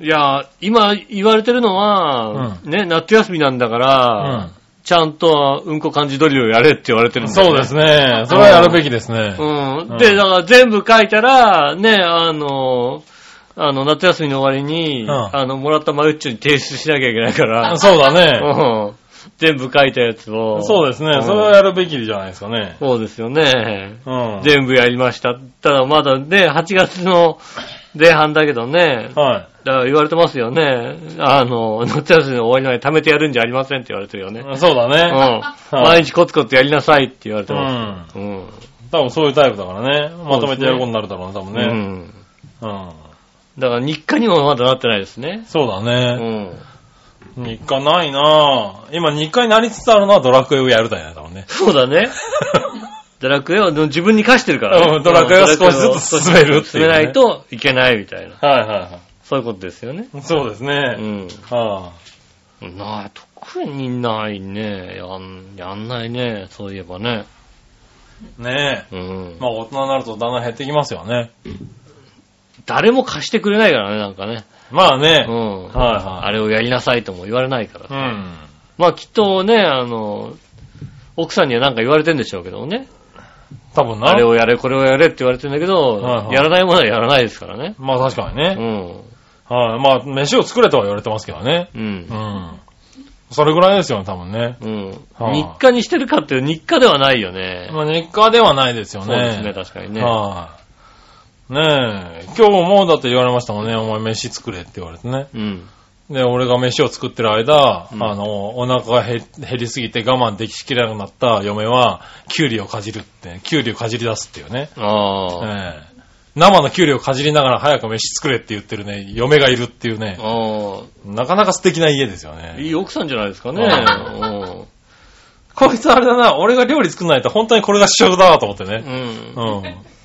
いや、今言われてるのは、ね、夏休みなんだかうら、ん。ちゃんとうんこ漢字ドリルをやれって言われてるんだよそうねですね。それはやるべきですね。う。うんんで、だから全部書いたら、ね、あの、あの、夏休みの終わりに、うんあの、もらったマユッチョに提出しなきゃいけないから、そうだね。うん。全部書いたやつを。そうですねう。んそれはやるべきじゃないですかね。そうですよね。うん。全部やりました。ただまだね、8月の前半だけどね、はだから言われてますよね。あの、夏休みの終わりまで貯めてやるんじゃありませんって言われてるよね。い。そうだうん。ね。毎日コツコツやりなさいって言われてうまん。す。うん。多分そういうタイプだからね。まとめてやることになるだろうね、多分うね。ん。うん。だから日課にもまだなってないですね。そうだうね。ん。日課ないなぁ。今日課になりつつあるのはドラクエをやるだよね、多分ね。そうだ ね。ドラクエは自分に課してるから、ねうんドラクエを少しずつ進めるってい進めうねないといけないみたいな。はいはそういうことですよね。いはい。そうですうね。ん。はない、特にないね。やん、やんないね。そういえばね。い。ねうえ。ん。まあ大人になるとだんだん減ってきますよね。誰も貸してくれないからね、なんかね。まあねう。ん。あはいはい。れをやりなさいとも言われないから。うん。まあきっとね、あの、奥さんには何か言われてんでしょうけどね。多分あなれ。をやれ、これをやれって言われてんだけど、はいはいやらないものはやらないですからね。まあ確かにうね。ん。はい。まあ飯を作れとは言われてますけどね。う。うんん。それぐらいですよね、多分ね。うん。はあ日課にしてるかっていう日課ではないよね。まあ日課ではないですよね。そうですね、確かにね。はい、ねえ、今日もだって言われましたもんね、お前飯作れって言われてね。うん。で、俺が飯を作ってる間、うんあの、お腹が減減りすぎて我慢できしきれなくなった嫁は、キュウリをかじるって、キュウリをかじり出すっていうね。ああ。ええ生のキュウリをかじりながら早く飯作れって言ってるね、嫁がいるっていうね、あなかなか素敵な家ですよあ。ね。いい奥さんじゃないですかね。はこいつあれだな、俺が料理作んないと本当にこれが主食だなと思ってうん。ね。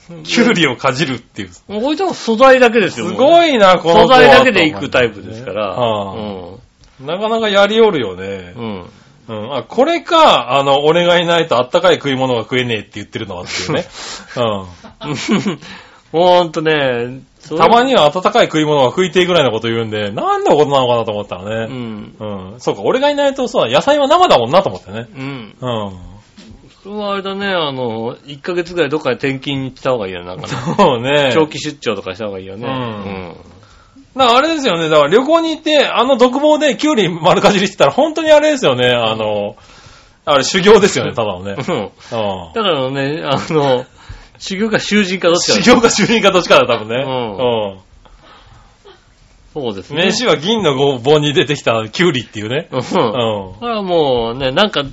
う。うんん。キュウリをかじるっていう。すこいつは素材だけですよ。もうごいな、この素子は材だけで行くタイプですから。はあなかなかやりおるよねう。ん。うん。うん。あ、これか、あの、俺がいないとあったかい食い物が食えねえって言ってるのはっていう ね。 ほんとね、うそん。うたまには温かい食い物が食いてえぐらいのこと言うんで、なんでことなのかなと思ったらうね。ん。うん。そうか、俺がいないとさ、野菜は生だもんなと思ってね。うん。うそれはあれだね、あの、1ヶ月ぐらいどっかで転勤に行った方がいいよ、なんかね。ん。そうね。長期出張とかした方がいいよね。だからあれですよね。だから旅行に行って、あの独房でキュウリ丸かじりしてたら、本当にあれですよね。あの、あれ修行ですよね、ただのね う。ん。うん。うん。だからね、あの、修行か囚人かどっちか修だね。行か修行かどっちかだ、多分ね。そうですうん。ね。飯は銀の棒に出てきたキュウリっていうね。うん。うこん。れはもうね、なんか、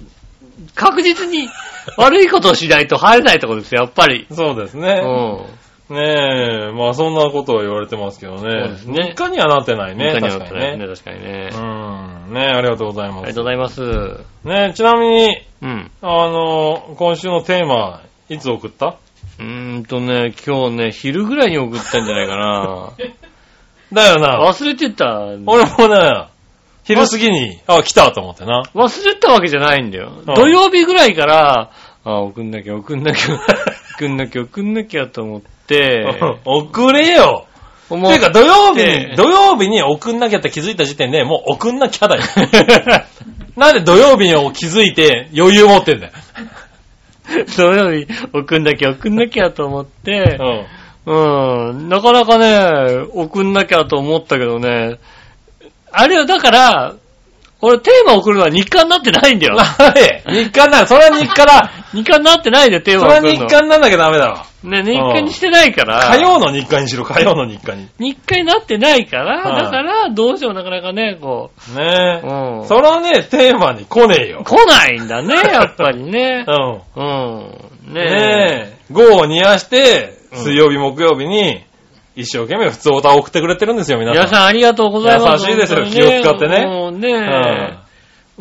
確実に悪いことをしないと入れないとこですよ、やっぱり。そうですうね。ん。ねえ、まあそんなことは言われてますけどそうねです。ね日課にはなってないね、本当確合かっにてないねね。確かにね。うん。ねえ、ありがとうございあまりがすと。うございます。うねえ、ちなみに、ん。あの、今週のテーマ、いつ送ったうーんとね、今日ね、昼ぐらいに送ったんじゃないか な。だよな。忘れてた。俺もね、昼過ぎに、あ、来たと思ってな。忘れたわけじゃないんだよ。うん土曜日ぐらいから、あ、送んなきゃ、送んなきゃ、 送んなきゃ、送んなきゃと思って、 送れよ思てか土曜日ええに、土曜日に送んなきゃって気づいた時点で、もう送んなきゃだよ。 なんで土曜日を気づいて余裕持ってんだよ。 土曜日、送んなきゃ、送んなきゃと思って、うん。うん、なかなかね、送んなきゃと思ったけどね、あれはだから、俺テーマ送るのは日課になってないんだよ。はい日課になる。それは日課 だ。 日課になってないで、テーそマれは送る日の。課になんなきゃダメだわ。ね、日課にしてないから。火曜の日課にしろ、火曜の日課に。日課になってないから、はいだから、どうしようなかなかね、こう。ねうえ。ん。それはね、テーマに来ねえよ。来ないんだね、やっぱりねう。ん。うん。ねねえ、号を煮やして、うん水曜日、木曜日に、一生懸命普通オタを送ってくれてるんですよ、え。皆さん。皆さんありがとうございます。優しいですよ本当にね気を使ってねうんねえ。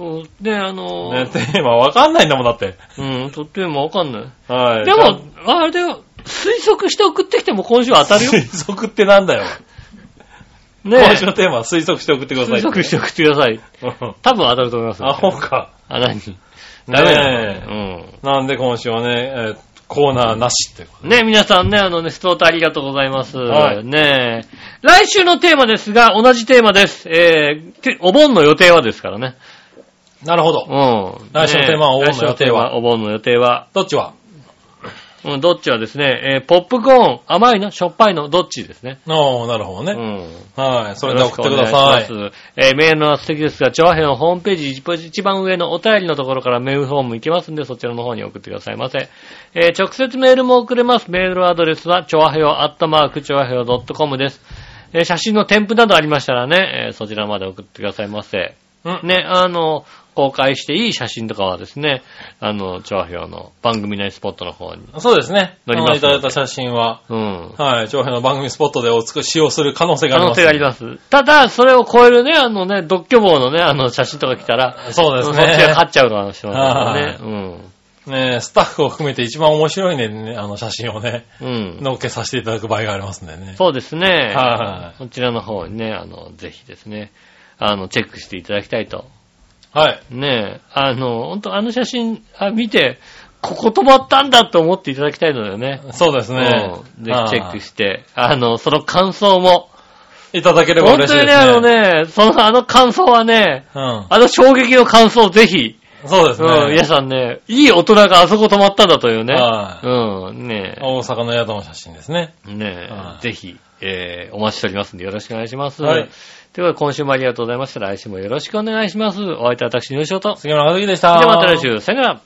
うんねあうのん。ね、テーマわかんないんだもんだって。うん、とってもわかんない。はい。でも、あれだよ、推測して送ってきても今週は当たるよ。推測ってなんだよ。ね今週えのテーマ は推測して送ってください。推測して送ってください。うん。多分当たると思いますよ。アホか。あ、何ダメねだ。え。うん。なんで今週はね、えーコーナーなしってこね、皆さんね、あのね、ストーターありがとうございます。はいね来週のテーマですが、同じテーマです。えーて、お盆の予定はですからね。と。なるほど。うん。来週のテーマはおね盆の予来週のテ定はーマお盆の予定は。どっちはうん、どっちはですね、えーポップコーン、甘いのしょっぱいのどっちですね。おー、なるほどうね。ん。はい。それでよろしく送っておく願だいしさまいす。。えーメールの素敵ですが、長編のホームページ一番一番上のお便りのところからメールフォーム行きますんで、そちらの方に送ってくださいませ。えー直接メールも送れます。メールアドレスは、長編アットマーク、長編 .com です。えー写真の添付などありましたらね、えーそちらまで送ってくださいませ。うん。ね、あの、公開していい写真とかはですね、あの、長編の番組内スポットの方に。そうですね。乗り乗ますりいただいた写真は、うん。はい。長編の番組スポットでお使使用する可能性があ可り能ます。性があります。ただ、それを超えるね、あのね、独居房のね、あの写真とか来たら、そうですねそっちが勝っちゃうのはしょうがないからね。ねえ、スタッフを含めて一番面白いね、あの写真をね、うん。うん。載っけさせていただく場合がありますんでね。そうですね。はいこちらの方にね、あの、ぜひですね、あの、チェックしていただきたいと。はい。ねえ、あの、本当あの写真、あ、見て、ここ止まったんだと思っていただきたいのでね。そうですねう。んぜひチェックして、あの、その感想も。て。いただければ本嬉し当いにですね、ね。あのね、その、あの感想はね、あの衝撃の感想をぜひ、うん。そうですね。うん、皆さんね、いい大人があそこ止まったんだというね。はいうん、ね大阪の宿の写真ですね。え、ねはいえ、ぜひ、えー、お待ちしておりますんでよろしくお願いします。はいということで、今週もありがとうございました。来週もよろしくお願いします。お相手は私、入賞と。杉村和樹でしそた。れではまた来週、さよなら。